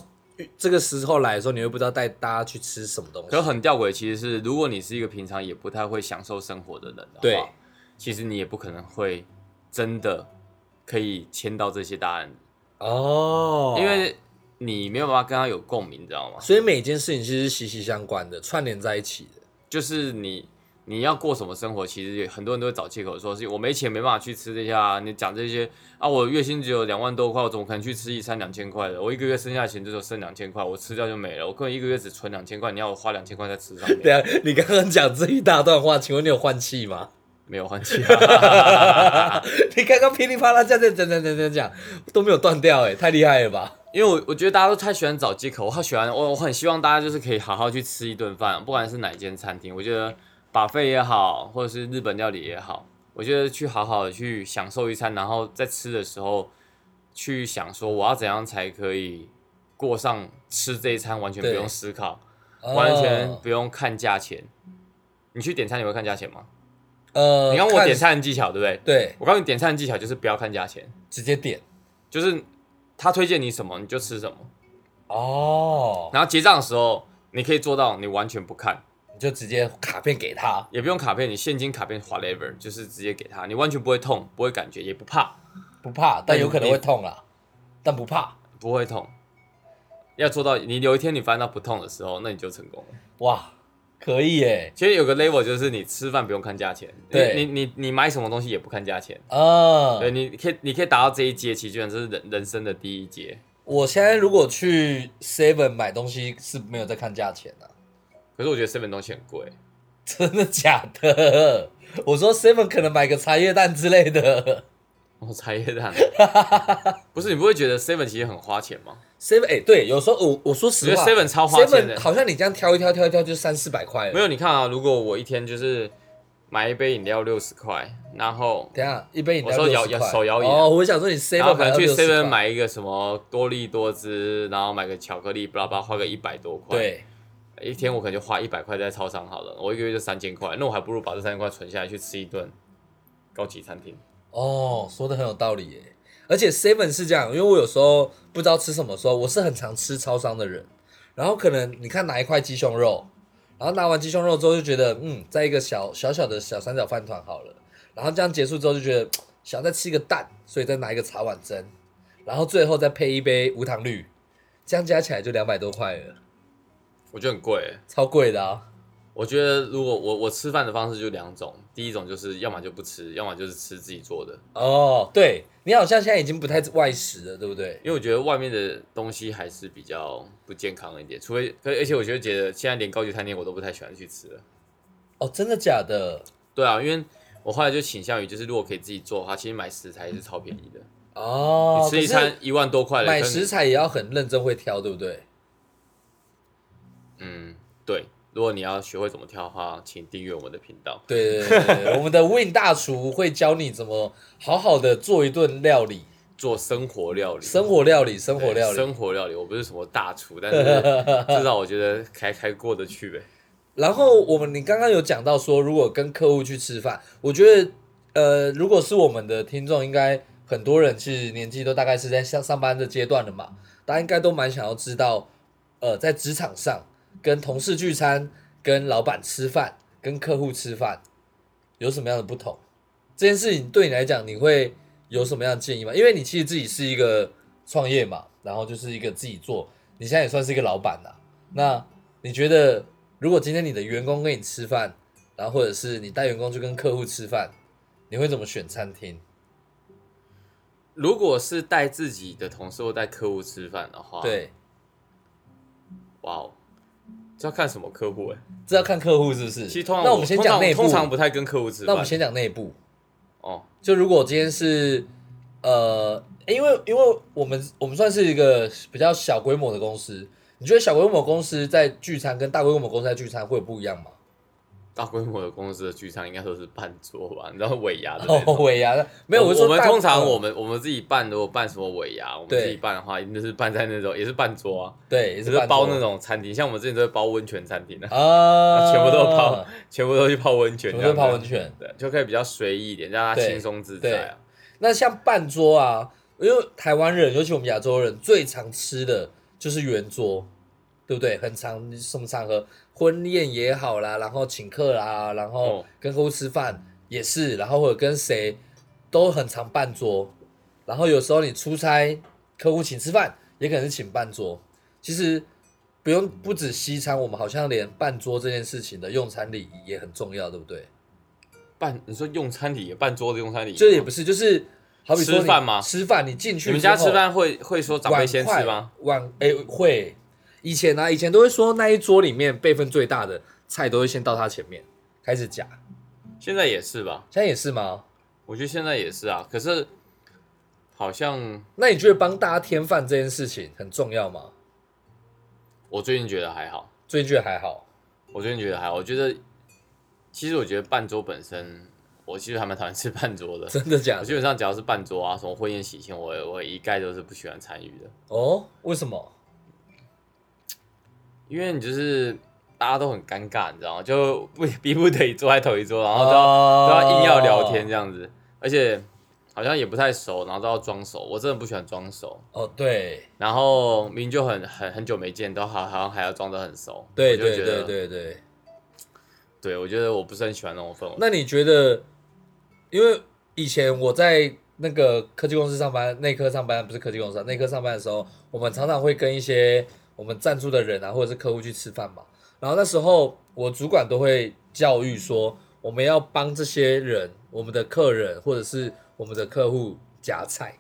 Speaker 1: 这个时候来的时候，你会不知道带大家去吃什么东
Speaker 2: 可
Speaker 1: 西。
Speaker 2: 很吊诡，其实是如果你是一个平常也不太会享受生活的人的
Speaker 1: 对
Speaker 2: 话，其实你也不可能会真的可以签到这些答案，
Speaker 1: 哦，
Speaker 2: 因为你没有办法跟他有共鸣，你知道吗？
Speaker 1: 所以每件事情其实是息息相关的，串联在一起的。
Speaker 2: 就是你你要过什么生活，其实也很多人都会找借口说是我没钱没办法去吃这些啊。你讲这些啊，我月薪只有两万多块，我怎么可能去吃一餐两千块的？我一个月剩下的钱就只有剩两千块，我吃掉就没了。我根本一个月只存两千块，你要我花两千块在吃上面，
Speaker 1: 对啊，你刚刚讲这一大段话，请问你有换气吗？
Speaker 2: 没有啊换气、 [laughs]
Speaker 1: 你刚刚噼里啪啦这样这样讲讲讲讲都没有断掉，哎，太厉害了吧？
Speaker 2: 因为我我觉得大家都太喜欢找借口，我好喜欢我我很希望大家就是可以好好去吃一顿饭，不管是哪一间餐厅，我觉得把费也好，或者是日本料理也好，我觉得去好好的去享受一餐，然后在吃的时候去想说我要怎样才可以过上吃这一餐完全不
Speaker 1: 对
Speaker 2: 用思考，
Speaker 1: 哦
Speaker 2: 完全不用看价钱。你去点餐你会看价钱吗？
Speaker 1: 呃，
Speaker 2: 你看我
Speaker 1: 看
Speaker 2: 点餐的技巧对不对？
Speaker 1: 对，
Speaker 2: 我告诉你点餐的技巧就是不要看价钱，
Speaker 1: 直接点
Speaker 2: 就是他推荐你什么你就吃什么。
Speaker 1: 哦，
Speaker 2: 然后结账的时候，你可以做到你完全不看，
Speaker 1: 你就直接卡片给他，
Speaker 2: 也不用卡片，你现金、卡片 whatever，就是直接给他，你完全不会痛，不会感觉，也不怕，
Speaker 1: 不怕，但
Speaker 2: 你
Speaker 1: 有可能
Speaker 2: 你
Speaker 1: 会痛啦，但不怕。
Speaker 2: 不会痛。要做到你有一天你翻到不痛的时候，那你就成功了。
Speaker 1: 哇，可以耶！
Speaker 2: 其实有个 level 就是你吃饭不用看价钱，你
Speaker 1: 对
Speaker 2: 你你你买什么东西也不看价钱，
Speaker 1: 啊，
Speaker 2: 对，你可以你可以达到这一阶，其实基本上这是人人生的第一阶。
Speaker 1: 我现在如果去 Seven 买东西是没有在看价钱的、
Speaker 2: 可是我觉得 seven 东西很贵，
Speaker 1: 真的假的？我说 Seven 可能买个茶叶蛋之类的
Speaker 2: 我茶叶蛋，不是你不会觉得 seven 其实很花钱吗？
Speaker 1: Seven，哎、对，有时候我我说
Speaker 2: 我
Speaker 1: 实
Speaker 2: 觉得
Speaker 1: 话
Speaker 2: seven 超花钱的
Speaker 1: Seven，好像你这样挑一挑挑一挑就三四百块了。
Speaker 2: 没有，你看啊，如果我一天就是买一杯饮料六十块，然后
Speaker 1: 等一下一杯饮料
Speaker 2: 我说摇
Speaker 1: 60
Speaker 2: 摇
Speaker 1: 块
Speaker 2: 手摇饮啊
Speaker 1: 哦，我想说你
Speaker 2: 然后
Speaker 1: Seven
Speaker 2: 可
Speaker 1: 买
Speaker 2: 能
Speaker 1: 到
Speaker 2: 去
Speaker 1: 60
Speaker 2: seven
Speaker 1: 块，
Speaker 2: 买一个什么多利多汁，然后买个巧克力，巴拉巴拉，花个一百多块。，
Speaker 1: 对，
Speaker 2: 一天我可能就花一百块在超商好了，我一个月就三千块，那我还不如把这三千块存下来去吃一顿高级餐厅。
Speaker 1: 哦，说的很有道理耶。而且 Seven 是这样，因为我有时候不知道吃什么的时候，我是很常吃超商的人。然后可能你看拿一块鸡胸肉，然后拿完鸡胸肉之后就觉得，嗯，在一个小小小的小三角饭团好了。然后这样结束之后就觉得想要再吃一个蛋，所以再拿一个茶碗蒸，然后最后再配一杯无糖绿，这样加起来就两百多块了，
Speaker 2: 我觉得很贵欸、
Speaker 1: 超贵的啊！
Speaker 2: 我觉得如果我我吃饭的方式就两种，第一种就是要么就不吃，要么就是吃自己做的，
Speaker 1: 哦，对你好像现在已经不太外食了，对不对？
Speaker 2: 因为我觉得外面的东西还是比较不健康一点，除非，可而且我觉得觉得现在连高级餐厅我都不太喜欢去吃了。
Speaker 1: 哦，真的假的？
Speaker 2: 对啊，因为我后来就倾向于就是如果可以自己做的话，其实买食材是超便宜的，
Speaker 1: 哦，
Speaker 2: 你吃
Speaker 1: 可
Speaker 2: 一
Speaker 1: 是
Speaker 2: 餐一万多块了。
Speaker 1: 买
Speaker 2: 可能
Speaker 1: 食材也要很认真会挑，对不对？ [laughs]
Speaker 2: 嗯，对。如果你要学会怎么挑的话，请订阅我们的频道。
Speaker 1: 对对对对对，我们的 Win 大厨会教你怎么好好的做一顿料理，
Speaker 2: 做生活料理，
Speaker 1: 生活料理，生
Speaker 2: 对
Speaker 1: 活料理。
Speaker 2: 生活料理。我不是什么大厨，但是至少我觉得还还过得去呗。
Speaker 1: 然后我们你刚刚有讲到说，如果跟客户去吃饭，我觉得呃，如果是我们的听众，应该很多人其实年纪都大概是在上上班的阶段了嘛，大家应该都蛮想要知道，呃，在职场上跟同事聚餐、跟老板吃饭、跟客户吃饭有什么样的不同？这件事情对你来讲，你会有什么样的建议吗？因为你其实自己是一个创业嘛，然后就是一个自己做，你现在也算是一个老板啦。那你觉得，如果今天你的员工跟你吃饭，然后或者是你带员工去跟客户吃饭，你会怎么选餐厅？
Speaker 2: 如果是带自己的同事或带客户吃饭的话，，
Speaker 1: 对，
Speaker 2: 哇哦，这要看什么客户哎、
Speaker 1: 这要看客户是不是。
Speaker 2: 其实通常
Speaker 1: 那我们先
Speaker 2: 通常
Speaker 1: 讲内部，
Speaker 2: 通常不太跟客户吃饭。
Speaker 1: 那我们先讲内部。
Speaker 2: 哦，
Speaker 1: 就如果今天是呃，因为因为我们我们算是一个比较小规模的公司，你觉得小规模公司在聚餐跟大规模公司在聚餐会有不一样吗？
Speaker 2: 大规模的公司的聚餐应该都是半桌吧， [laughs] 你知道尾牙的那
Speaker 1: [laughs] 哦，
Speaker 2: 种。
Speaker 1: 尾牙的没有，
Speaker 2: 我
Speaker 1: 是说
Speaker 2: 我们
Speaker 1: 大
Speaker 2: 通常
Speaker 1: 嗯
Speaker 2: 我们我们自己办，如果办什么尾牙，我们
Speaker 1: 对
Speaker 2: 自己办的话，一定是办在那种也是半桌啊，
Speaker 1: 对也
Speaker 2: 也
Speaker 1: 是
Speaker 2: 是包那
Speaker 1: 种
Speaker 2: 种餐厅，像我们之前都会包温泉餐厅啊， [laughs]
Speaker 1: 啊，
Speaker 2: 全部都泡，全部都去泡温泉，
Speaker 1: 全部都泡温
Speaker 2: 泉，
Speaker 1: 泉。
Speaker 2: 啊对，就可以比较随意一点，让他
Speaker 1: 对
Speaker 2: 轻松自在啊。
Speaker 1: 那像半桌啊，因为台湾人，尤其我们亚洲人，最常吃的就是圆桌，对不对？很常什么场合，婚宴也好啦，然后请客啦，然后
Speaker 2: 哦
Speaker 1: 跟客户吃饭也是，然后或者跟谁都很常半桌。然后有时候你出差，客户请吃饭，也可能是请半桌。其实不用不止西餐，我们好像连办桌这件事情的用餐礼仪也很重要，对不对？
Speaker 2: 哦办你说用餐礼仪，办桌子用餐礼仪吗，
Speaker 1: 这也不是，就是好比说
Speaker 2: 吃饭吗
Speaker 1: 你吃饭你进去
Speaker 2: 你们家
Speaker 1: 之后
Speaker 2: 吃饭会会说长辈先吃吗？？
Speaker 1: 碗筷碗哎、会，以前呢、以前都会说那一桌里面辈分最大的菜都会先到他前面开始夹，
Speaker 2: 现在也是吧？
Speaker 1: 现在也是吗？
Speaker 2: 我觉得现在也是啊，可是好像
Speaker 1: 那你觉得帮大家添饭这件事情很重要吗？
Speaker 2: 我最近觉得还好，
Speaker 1: 最近觉得还好，
Speaker 2: 我最近觉得还好，我觉得其实我觉得半桌本身，我其实还蛮讨厌吃半桌的。
Speaker 1: 真的假
Speaker 2: 我
Speaker 1: 的？
Speaker 2: [laughs] 基本上只要是半桌啊，什么婚宴喜庆，我我一概都是不喜欢参与的，
Speaker 1: 哦，为什么？
Speaker 2: 因为你就是大家都很尴尬，你知道吗？就不逼不得已坐在头一桌，然后都要、
Speaker 1: 都
Speaker 2: 都要啊硬要聊天这样子，而且好像也不太熟，然后都要装熟，我真的不喜欢装熟。
Speaker 1: 哦，对
Speaker 2: 然后明明就很很很久没见，都好好像还要装得很熟，
Speaker 1: 对
Speaker 2: 我就
Speaker 1: 对
Speaker 2: 觉
Speaker 1: 对
Speaker 2: 得，
Speaker 1: 对对。
Speaker 2: 对我觉得我不是很喜欢那种氛围。
Speaker 1: 那你觉得，因为以前我在那个科技公司上班，内科上班不是科技公司啊，内科上班的时候，我们常常会跟一些我们赞助的人啊，或者是客户去吃饭嘛。然后那时候我主管都会教育说，我们要帮这些人，我们的客人或者是我们的客户夹菜，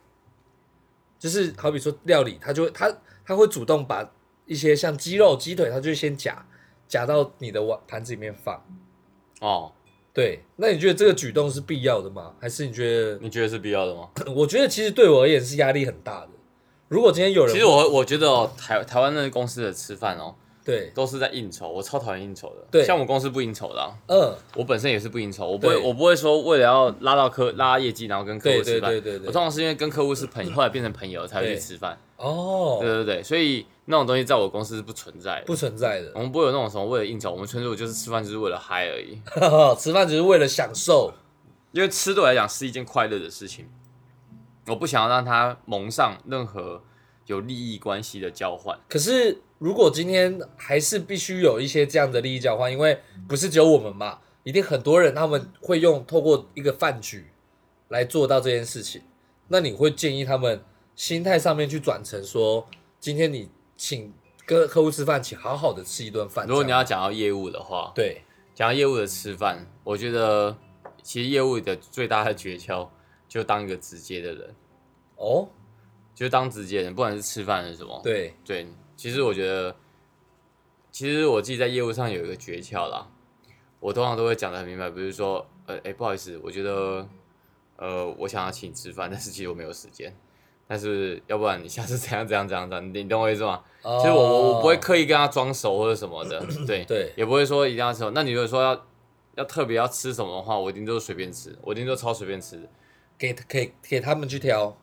Speaker 1: 就是好比说料理，他就会他他会主动把一些像鸡肉、鸡腿，他就先夹夹到你的碗盘子里面放。
Speaker 2: 哦，
Speaker 1: 对，那你觉得这个举动是必要的吗？还是你觉
Speaker 2: 你觉得是必要的吗？
Speaker 1: 得？我觉得其实对我而言是压力很大的。如果今天有人，
Speaker 2: 其实我我觉得哦，台台湾那个公司的吃饭哦，
Speaker 1: 对，
Speaker 2: 都是在应酬，我超讨厌应酬的。
Speaker 1: 对
Speaker 2: 像我公司不应酬的啊、
Speaker 1: 嗯，
Speaker 2: 我本身也是不应酬，我不会
Speaker 1: 对
Speaker 2: 我不会说为了要拉到客拉业绩，然后跟客户
Speaker 1: 对
Speaker 2: 吃
Speaker 1: 对
Speaker 2: 饭。
Speaker 1: 对对对，
Speaker 2: 我通常是因为跟客户是朋友，后来变成朋友才会去
Speaker 1: 对
Speaker 2: 吃饭。对
Speaker 1: 哦，
Speaker 2: 对对，所以那种东西在我公司是不存在的。
Speaker 1: 不存在
Speaker 2: 我
Speaker 1: 的，
Speaker 2: 们不会有那种什么为了应酬，我们纯粹就是吃饭就是为了嗨而已。
Speaker 1: 吃 [laughs] 饭只是为了享受。
Speaker 2: 因为吃对我来讲是一件快乐的事情，我不想要让它蒙上任何有利益关系的交换。
Speaker 1: 可是如果今天还是必须有一些这样的利益交换，因为不是只有我们嘛，一定很多人他们会用透过一个饭局来做到这件事情。那你会建议他们心态上面去转成说，今天你请跟客户吃饭，请好好的吃一顿饭。
Speaker 2: 如果你
Speaker 1: 啊这样
Speaker 2: 要讲到业务的话，
Speaker 1: 对
Speaker 2: 讲到业务的吃饭，我觉得其实业务的最大的诀窍就当一个直接的人，
Speaker 1: 哦，
Speaker 2: 就当直接人，不管是吃饭还是什么。
Speaker 1: 对
Speaker 2: 对，其实我觉得，其实我自己在业务上有一个诀窍啦，我通常都会讲的很明白，比如说，呃，哎，不好意思，我觉得，呃，我想要请你吃饭，但是其实我没有时间，但是要不然你下次怎样怎样怎样怎样，你你懂我意思吗？
Speaker 1: 哦
Speaker 2: 其实我我我不会刻意跟他装熟或者什么的，对
Speaker 1: 对
Speaker 2: 也不会说一定要吃。那你如果说要要特别要吃什么的话，我一定都是随便吃，我一定都超随便吃的，
Speaker 1: 给给给他们去挑。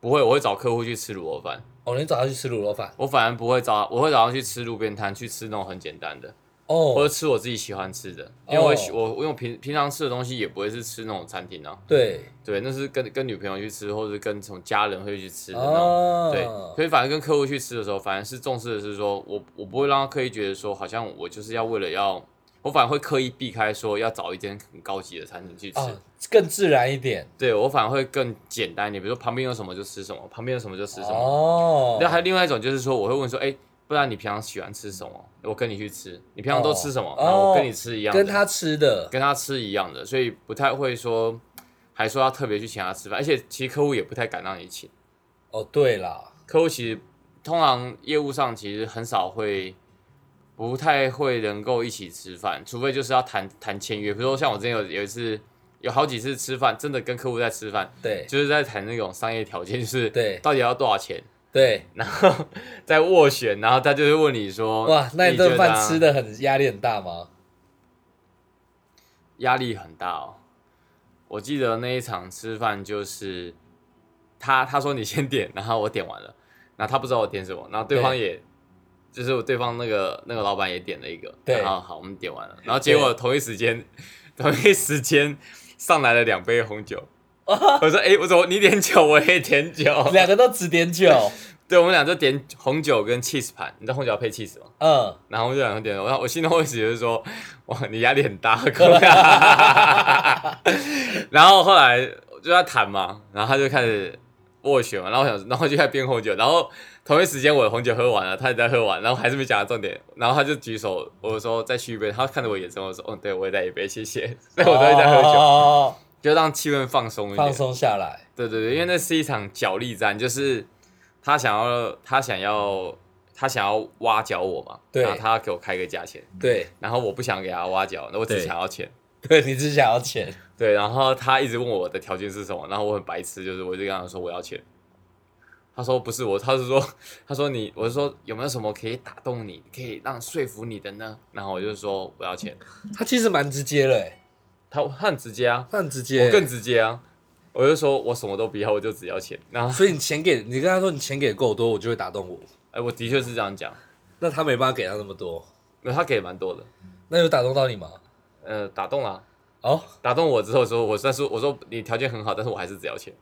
Speaker 2: 不会，我会找客户去吃卤肉饭，
Speaker 1: 哦，你早上去吃卤肉饭
Speaker 2: 我反而不会找，我会早上去吃路边摊，去吃那种很简单的。或
Speaker 1: 哦
Speaker 2: 者，吃我自己喜欢吃的，因为我喜
Speaker 1: 哦
Speaker 2: 我因为我平平常吃的东西也不会是吃那种餐厅啊，
Speaker 1: 对
Speaker 2: 对，那是跟跟女朋友去吃，或者是跟从家人会去吃的那种，
Speaker 1: 哦，
Speaker 2: 对，所以反正跟客户去吃的时候，反而是重视的是说我我不会让他刻意觉得说好像我就是要为了要，我反而会刻意避开说要找一间很高级的餐厅去吃，
Speaker 1: 啊，更自然一点。
Speaker 2: 对我反而会更简单一点，比如说旁边有什么就吃什么，旁边有什么就吃什么，
Speaker 1: 哦，
Speaker 2: 那、还有另外一种就是说我会问说，哎、不然你平常喜欢吃什么？我跟你去吃，你平常都吃什么？
Speaker 1: 哦
Speaker 2: 然后我跟你吃一样的。
Speaker 1: 跟他吃的
Speaker 2: 跟他吃一样的，所以不太会说，还说要特别去请他吃饭，而且其实客户也不太敢让你请，
Speaker 1: 哦，对啦，
Speaker 2: 客户其实通常业务上其实很少会，不太会能够一起吃饭，除非就是要谈谈签约，比如说像我之前有有一次。有好几次吃饭，真的跟客户在吃饭，
Speaker 1: 对
Speaker 2: 就是在谈那种商业条件，就是
Speaker 1: 对
Speaker 2: 到底要多少钱，
Speaker 1: 对，
Speaker 2: 然后 [laughs] 在斡旋，然后他就会问你说，
Speaker 1: 哇，那一
Speaker 2: 你
Speaker 1: 顿
Speaker 2: 觉得啊
Speaker 1: 饭吃的很压力很大吗？
Speaker 2: 压力很大哦。我记得那一场吃饭就是他他说你先点，然后我点完了，然后他不知道我点什么，然后对方
Speaker 1: 对
Speaker 2: 也就是我对方那个那个老板也点了一个，
Speaker 1: 对
Speaker 2: 然后好我们点完了，然后结果同一时间同一时间上来了两杯
Speaker 1: [laughs]
Speaker 2: 红酒。我说：“哎、我怎么你点酒，我也点酒？
Speaker 1: 两个都只点
Speaker 2: [laughs]
Speaker 1: 酒，
Speaker 2: 对，我们俩就点红酒跟 cheese 盘。你知道红酒要配 cheese 吗？
Speaker 1: 嗯，
Speaker 2: 然后我们就两个点了，我我心中会觉得说，哇，你压力很大，各位然后后来我就要谈嘛，然后他就开始，斡旋嘛，然后我想，然后就在边红酒，然后同一时间我的红酒喝完了，他也在喝完，然后还是没讲到重点，然后他就举手，我说再续一杯，他看着我眼神，我说，嗯，对我也来一杯，谢谢， [laughs] 所以我都会在喝
Speaker 1: 哦
Speaker 2: 酒，
Speaker 1: 酒，
Speaker 2: 就 [laughs] 让气氛放松一点
Speaker 1: 放，松下来。
Speaker 2: 对对对，因为那是一场角力战，就是他想要他想要他想要挖角我嘛，
Speaker 1: 对
Speaker 2: 然后他要给我开个价钱，
Speaker 1: 对，
Speaker 2: 然后我不想给他挖角，那我只
Speaker 3: 对
Speaker 2: 想要钱。
Speaker 1: 对你只想要钱，
Speaker 2: 对，然后他一直问我的条件是什么，然后我很白痴，就是我就跟他说我要钱，他说不是我，他是说他说你，我是说有没有什么可以打动你，可以让说服你的呢？然后我就说我要钱，
Speaker 1: 他其实蛮直接的，哎，
Speaker 2: 他他很直接啊，
Speaker 1: 他很直接，
Speaker 2: 我更直接啊，我就说我什么都不要，我就只要钱。然
Speaker 1: [laughs]
Speaker 2: 后
Speaker 1: 所以你钱给你跟他说你钱给够多，我就会打动我。
Speaker 2: 哎，我的确是这样讲，
Speaker 1: 那他没办法给他那么多，
Speaker 2: 那他给蛮多的，
Speaker 1: 那有打动到你吗？
Speaker 2: 呃，打动啊，
Speaker 1: 哦，
Speaker 2: 打动我之后说，我算是我说你条件很好，但是我还是只要钱。 [laughs]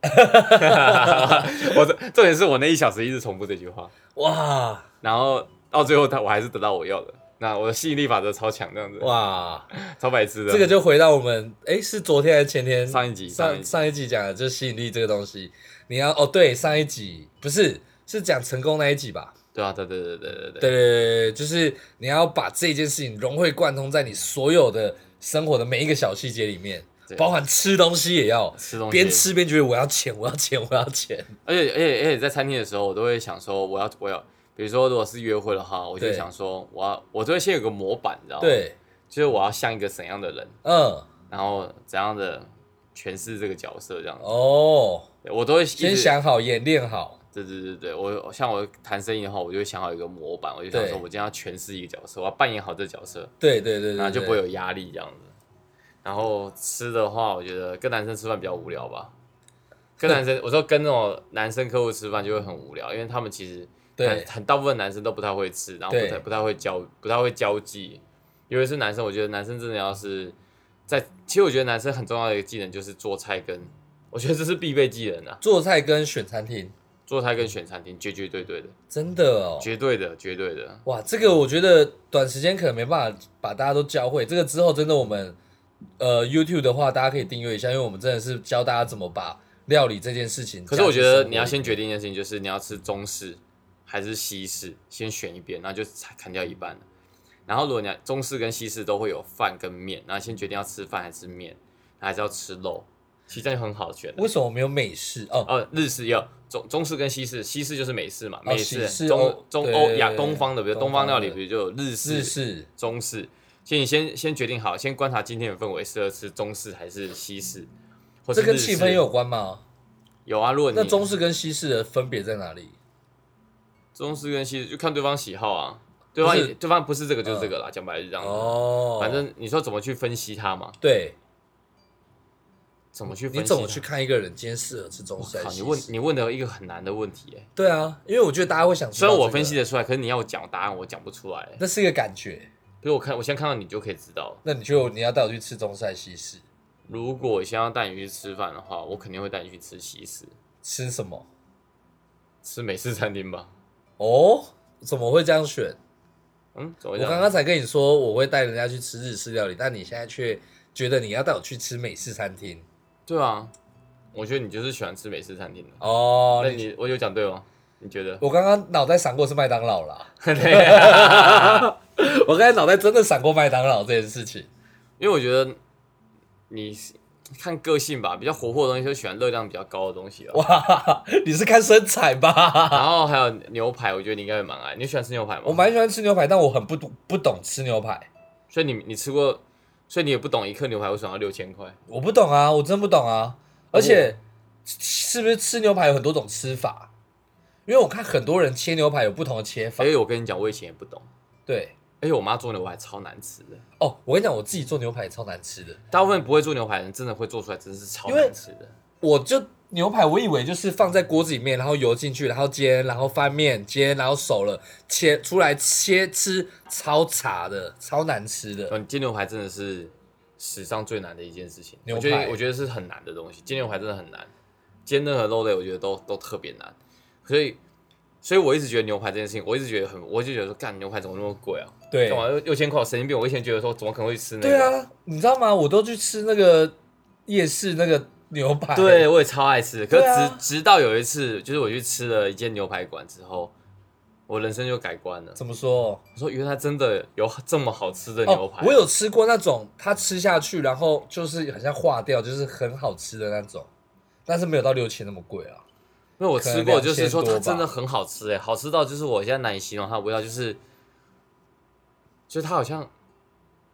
Speaker 2: 我说重点是我那一小时一直重复这句话，
Speaker 1: 哇
Speaker 2: 然后到最后他我还是得到我要的。那我的吸引力法则超强，这样子，
Speaker 1: 哇，
Speaker 2: 超白痴的。
Speaker 1: 这个就回到我们哎，是昨天还是前天
Speaker 2: 上一集，上一
Speaker 1: 上
Speaker 2: 集，
Speaker 1: 上一集讲的就是吸引力这个东西，你要哦对，上一集不是是讲成功那一集吧？
Speaker 2: 对啊，对对对对对
Speaker 1: 对
Speaker 2: 对
Speaker 1: 对对，对就是你要把这件事情融会贯通在你所有的生活的每一个小细节里面，
Speaker 2: 对
Speaker 1: 包含吃东西也要，
Speaker 2: 吃东西，
Speaker 1: 边。吃边觉得我要钱，我要钱，我要钱。
Speaker 2: 而且而且而且在餐厅的时候，我都会想说，我要我要，比如说如果是约会的话，我就会
Speaker 1: 对
Speaker 2: 想说，我要我都会先有个模板，你知道吗？，
Speaker 1: 对，
Speaker 2: 就是我要像一个怎样的人，
Speaker 1: 嗯，
Speaker 2: 然后怎样的诠释这个角色，这样子。
Speaker 1: 哦，
Speaker 2: 对我都会一直
Speaker 1: 先想好，演练好，
Speaker 2: 对对对对，我我像我谈生意的话，我就会想好一个模板，我就想
Speaker 1: 对
Speaker 2: 说，我今天要诠释一个角色，我要扮演好这角色，
Speaker 1: 对对对对，
Speaker 2: 然啊后就
Speaker 1: 对
Speaker 2: 不会有压力这样子。然后吃的话，我觉得跟男生吃饭比较无聊吧。跟男生，我说跟那种男生客户吃饭就会很无聊，因为他们其实很
Speaker 1: 对
Speaker 2: 很大部分男生都不太会吃，然后不
Speaker 1: 对
Speaker 2: 太不太会交不太会交际，尤其是男生，我觉得男生真的要是在，其实我觉得男生很重要的一个技能就是做菜跟，我觉得这是必备技能啊，
Speaker 1: 做菜跟选餐厅，
Speaker 2: 做菜跟选餐厅绝绝对对的。
Speaker 1: 真的哦。
Speaker 2: 绝对的，绝对的，
Speaker 1: 哇，这个我觉得短时间可能没办法把大家都教会。这个之后真的我们呃 YouTube 的话，大家可以订阅一下，因为我们真的是教大家怎么把料理这件事情。
Speaker 2: 可是我觉得你要先决定一件事情，就是你要吃中式还是西式，先选一边，然后就裁砍掉一半。然后如果你要中式跟西式都会有饭跟面，然后先决定要吃饭还是面，还是要吃肉，其实这样就很好选的
Speaker 1: 为。什么没有美式哦？
Speaker 2: 哦，日式也有中中式跟西式，西式就是美式嘛，
Speaker 1: 哦
Speaker 2: 美
Speaker 1: 西
Speaker 2: 式
Speaker 1: 式
Speaker 2: 中
Speaker 1: 欧
Speaker 2: 中
Speaker 1: 对
Speaker 2: 欧
Speaker 1: 对
Speaker 2: 亚
Speaker 1: 对
Speaker 2: 东方的，比如
Speaker 1: 东
Speaker 2: 东
Speaker 1: 方
Speaker 2: 方料理，
Speaker 1: 的
Speaker 2: 比如就有日式、
Speaker 1: 日式
Speaker 2: 中式，所以你先先决定好，先观察今天的氛围适合吃中式还是西式，或是
Speaker 1: 这跟
Speaker 2: 日
Speaker 1: 气
Speaker 2: 式
Speaker 1: 氛有关吗？
Speaker 2: 有啊，如果你
Speaker 1: 那中式跟西式的分别在哪里？
Speaker 2: 中式跟西式就看对方喜好啊，对方
Speaker 1: 不是嗯
Speaker 2: 也对方不是这个就是这个啦，讲白了是这样子。
Speaker 1: 哦，
Speaker 2: 反正你说怎么去分析它嘛，
Speaker 1: 对，
Speaker 2: 怎么去分析
Speaker 1: 你
Speaker 2: 它？
Speaker 1: 怎么去看一个人今天适合吃中式还
Speaker 2: 我靠，
Speaker 1: 是
Speaker 2: 你
Speaker 1: 西
Speaker 2: 问
Speaker 1: 式？
Speaker 2: 你问的一个很难的问题、欸，
Speaker 1: 对啊，因为我觉得大家会想知
Speaker 2: 虽
Speaker 1: 道
Speaker 2: 然
Speaker 1: 这个、
Speaker 2: 我分析得出来，可是你要我讲答案，我讲不出来、欸。
Speaker 1: 那是一个感觉，
Speaker 2: 比如我看，我先看到你就可以知道了。
Speaker 1: 那你就你要带我去吃中式还是西式？
Speaker 2: 如果我先要带你去吃饭的话，我肯定会带你去吃西式，
Speaker 1: 吃什么？
Speaker 2: 吃美式餐厅吧。
Speaker 1: 哦，怎么会这样选？
Speaker 2: 嗯，怎
Speaker 1: 我
Speaker 2: 么会这样
Speaker 1: 刚刚才跟你说我会带人家去吃日式料理，但你现在却觉得你要带我去吃美式餐厅
Speaker 2: 对啊，我觉得你就是喜欢吃美式餐厅的。
Speaker 1: 哦。
Speaker 2: 那
Speaker 1: 你
Speaker 2: 你我有讲对吗？你觉得？啊
Speaker 1: 我刚刚脑袋闪过是麦当劳啦，
Speaker 2: [laughs]
Speaker 1: [laughs] 我刚才脑袋真的闪过麦当劳这件事情。 [laughs]
Speaker 2: 因为我觉得你是看个性吧，比较活泼的东西就喜欢热量比较高的东西吧。
Speaker 1: 哇，你是看身材吧？ [laughs]
Speaker 2: 然后还有牛排，我觉得你应该会蛮爱。你喜欢吃牛排吗？
Speaker 1: 我蛮喜欢吃牛排，但我很不懂不懂吃牛排，
Speaker 2: 所以你你吃过，所以你也不懂一克牛排为什么要六千块？
Speaker 1: 我不懂啊，我真不懂啊。而且是不是吃牛排有很多种吃法？因为我看很多人切牛排有不同的切法
Speaker 2: 因，为哎我跟你讲，我以前也不懂，
Speaker 1: 对。
Speaker 2: 而且我妈做牛排超难吃的。
Speaker 1: 哦，我跟你讲，我自己做牛排超难吃的。
Speaker 2: 大部分不会做牛排的人，真的会做出来，真的是超难吃的。
Speaker 1: 我就牛排，我以为就是放在锅子里面，然后油进去，然后煎，然后翻面煎，然后熟了切出来切吃，超差的，超难吃的。
Speaker 2: 嗯，煎牛排真的是史上最难的一件事情。
Speaker 1: 牛
Speaker 2: 我觉得
Speaker 1: 排
Speaker 2: 我觉得是很难的东西，煎牛排真的很难，煎任何肉类我觉得都都特别难。所以，所以我一直觉得牛排这件事情，我一直觉得很，我就觉得说，干牛排怎么那么贵啊？
Speaker 1: 对啊
Speaker 2: 干嘛六六千块？我神经病！我以前觉得说，怎么可能会去吃那个？
Speaker 1: 对啊，你知道吗？我都去吃那个夜市那个牛排，
Speaker 2: 对，我也超爱吃。可
Speaker 1: 对
Speaker 2: 是直、
Speaker 1: 啊
Speaker 2: 直到有一次，就是我去吃了一间牛排馆之后，我人生就改观了。
Speaker 1: 怎么说？
Speaker 2: 我说原来真的有这么好吃的牛
Speaker 1: 哦
Speaker 2: 排，，
Speaker 1: 我有吃过那种，它吃下去然后就是很像化掉，就是很好吃的那种，但是没有到六千那么贵啊。
Speaker 2: 因为我吃过，就是说
Speaker 1: 可能2000多
Speaker 2: 它
Speaker 1: 吧
Speaker 2: 真的很好吃，哎，好吃到就是我现在难以形容它的味道，就是，就是它好像，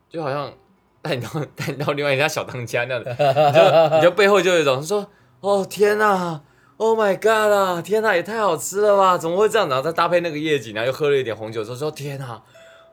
Speaker 2: 就好像带你到带你到另外一家小当家那样的，你就你就背后就有一种说，哦天呐、啊、，Oh my God 啊，天呐、也太好吃了吧，怎么会这样？然后再搭配那个夜景，然后又喝了一点红酒，说说天呐、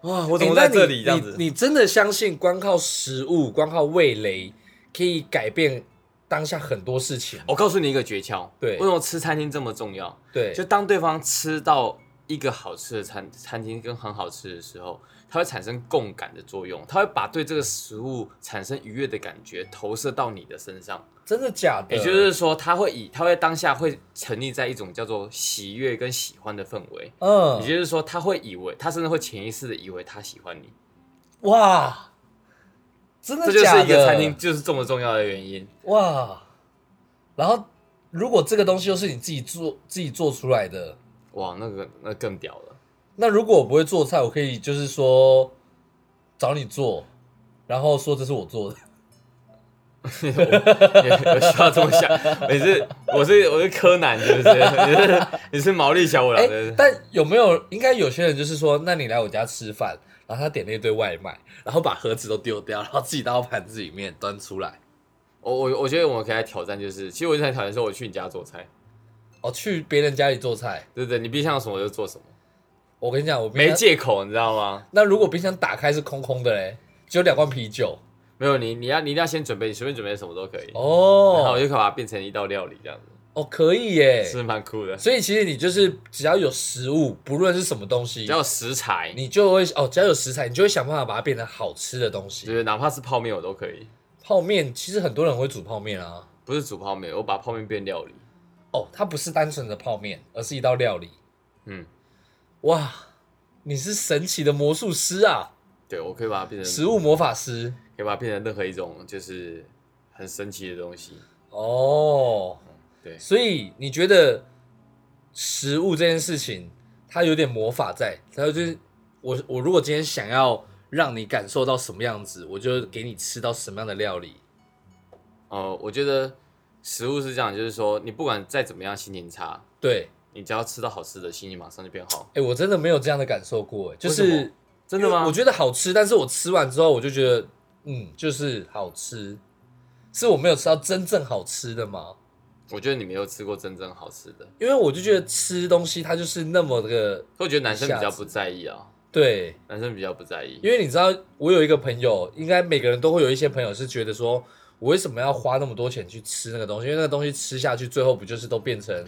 Speaker 2: 啊，我怎
Speaker 1: 诶
Speaker 2: 么
Speaker 1: 那
Speaker 2: 在
Speaker 1: 你
Speaker 2: 这里这样子？
Speaker 1: 你你真的相信光靠食物、光靠味蕾可以改变当下很多事情？
Speaker 2: 我告诉你一个诀窍，
Speaker 1: 对
Speaker 2: 为什么吃餐厅这么重要？
Speaker 1: 对，
Speaker 2: 就当对方吃到一个好吃的餐餐厅跟很好吃的时候，它会产生共感的作用，它会把对这个食物产生愉悦的感觉投射到你的身上。
Speaker 1: 真的假的？
Speaker 2: 也就是说，它会以它会当下会沉溺在一种叫做喜悦跟喜欢的氛围。
Speaker 1: 嗯
Speaker 2: 也，就是说，他会以为他甚至会潜意识的以为他喜欢你，
Speaker 1: 哇，真的
Speaker 2: 这就
Speaker 1: 假的？
Speaker 2: 是一个餐厅就是这么重要的原因。
Speaker 1: 哇，然后如果这个东西又是你自己做自己做出来的，
Speaker 2: 哇，那个那更屌了。
Speaker 1: 那如果我不会做菜，我可以就是说找你做，然后说这是我做的。
Speaker 2: [laughs] 有有需要这么想？你是我是我是柯南，是不是？你是 [laughs] 你是毛利小五郎
Speaker 1: 哎、
Speaker 2: 是不是
Speaker 1: 但有没有应该有些人就是说，那你来我家吃饭，然后他点了一堆外卖，然后把盒子都丢掉，然后自己倒到盘子里面端出来。
Speaker 2: 我我我觉得我们可以来挑战，就是其实我一直很讨厌说我去你家做菜，
Speaker 1: 哦，去别人家里做菜，
Speaker 2: 对不对？你冰箱有什么我就做什么，
Speaker 1: 我跟你讲，我冰
Speaker 2: 没
Speaker 1: 箱。
Speaker 2: 借口，你知道吗？
Speaker 1: 那如果冰箱打开是空空的嘞，只有两罐啤酒
Speaker 2: 没有你你要你一定要先准备，你随便准备什么都可以，然后我
Speaker 1: 哦
Speaker 2: 就可以把它变成一道料理这样子，
Speaker 1: 哦，可以耶。
Speaker 2: 是蛮酷的。
Speaker 1: 所以其实你就是只要有食物，不论是什么东西
Speaker 2: 只，要有食材，
Speaker 1: 你就会哦，只要有食材，你就会想办法把它变成好吃的东西。
Speaker 2: 就是哪怕是泡面我都可以，
Speaker 1: 泡面其实很多人会煮泡面啊，
Speaker 2: 不是煮泡面，我把泡面变料理。
Speaker 1: 哦，它不是单纯的泡面，而是一道料理。
Speaker 2: 嗯，
Speaker 1: 哇，你是神奇的魔术师啊，
Speaker 2: 对，我可以把它变成
Speaker 1: 食物魔法师
Speaker 2: 可以把它变成任何一种就是很神奇的东西。
Speaker 1: 哦。
Speaker 2: 对，
Speaker 1: 所以你觉得食物这件事情，它有点魔法在，它
Speaker 2: 嗯
Speaker 1: 就是我我如果今天想要让你感受到什么样子，我就给你吃到什么样的料理。
Speaker 2: 呃，我觉得食物是这样，就是说你不管再怎么样心情差，
Speaker 1: 对，
Speaker 2: 你只要吃到好吃的，心情马上就变好。
Speaker 1: 哎、我真的没有这样的感受过，哎就
Speaker 2: 为什
Speaker 1: 是
Speaker 2: 么真的吗？
Speaker 1: 我觉得好吃，但是我吃完之后，我就觉得，嗯，就是好吃。是我没有吃到真正好吃的吗？
Speaker 2: 我觉得你没有吃过真正好吃的，
Speaker 1: 因为我就觉得吃东西它就是那么的
Speaker 2: 所以我觉得男生比
Speaker 1: 一下
Speaker 2: 较
Speaker 1: 子
Speaker 2: 不在意啊，
Speaker 1: 对，
Speaker 2: 男生比较不在意。
Speaker 1: 因为你知道，我有一个朋友，应该每个人都会有一些朋友是觉得说，我为什么要花那么多钱去吃那个东西？因为那个东西吃下去，最后不就是都变成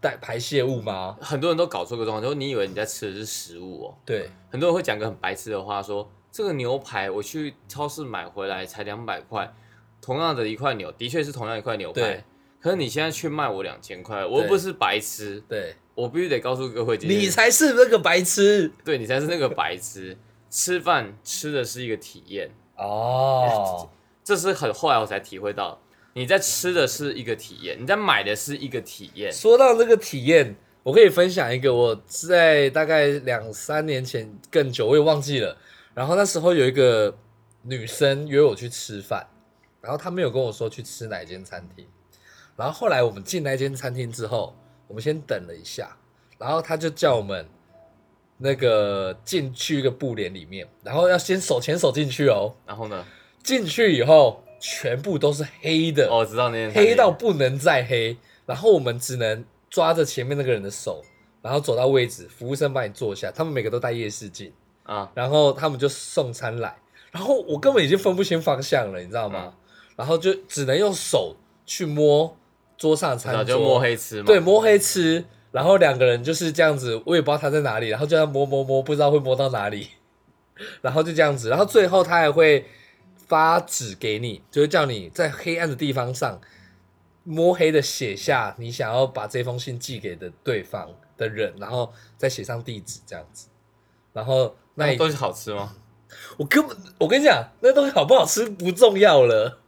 Speaker 1: 代排泄物吗？
Speaker 2: 很多人都搞错个状况，就是你以为你在吃的是食物哦。
Speaker 1: 对，
Speaker 2: 很多人会讲个很白痴的话说这个牛排我去超市买回来才两百块，同样的一块牛，的确是同样一块牛
Speaker 1: 对
Speaker 2: 排，可是你现在却卖我两千块，我又
Speaker 1: 对
Speaker 2: 不是白痴，
Speaker 1: 对，
Speaker 2: 我必须得告诉各位，今天
Speaker 1: 你才是那个白痴
Speaker 2: 对你才是那个白痴。吃饭吃的是一个体验，
Speaker 1: 哦，
Speaker 2: 这是很后来我才体会到，你在吃的是一个体验，你在买的是一个体验。
Speaker 1: 说到这个体验，我可以分享一个，我在大概两三年前更久，我也忘记了。然后那时候有一个女生约我去吃饭，然后她没有跟我说去吃哪一间餐厅。然后后来我们进那间餐厅之后，我们先等了一下，然后她就叫我们那个进去一个布帘里面，然后要先手牵手进去哦。
Speaker 2: 然后呢？
Speaker 1: 进去以后，全部都是黑的
Speaker 2: 哦，我知道那件餐厅
Speaker 1: 黑到不能再黑，然后我们只能抓着前面那个人的手，然后走到位置，服务生帮你坐下，他们每个都戴夜视镜，
Speaker 2: 啊，
Speaker 1: 然后他们就送餐来，然后我根本已经分不清方向了，你知道吗？
Speaker 2: 嗯
Speaker 1: 然后就只能用手去摸桌上的
Speaker 2: 然后
Speaker 1: 餐桌，
Speaker 2: 就摸黑吃嘛。
Speaker 1: 对，摸黑吃，然后两个人就是这样子，我也不知道他在哪里，然后就要摸摸摸，不知道会摸到哪里，然后就这样子，然后最后他还会发纸给你，就是叫你在黑暗的地方上摸黑的写下你想要把这封信寄给的对方的人，然后再写上地址这样子，然后那
Speaker 2: 那
Speaker 1: 一
Speaker 2: 东西好吃吗？
Speaker 1: 我根本我跟你讲，那东西好不好吃不重要了，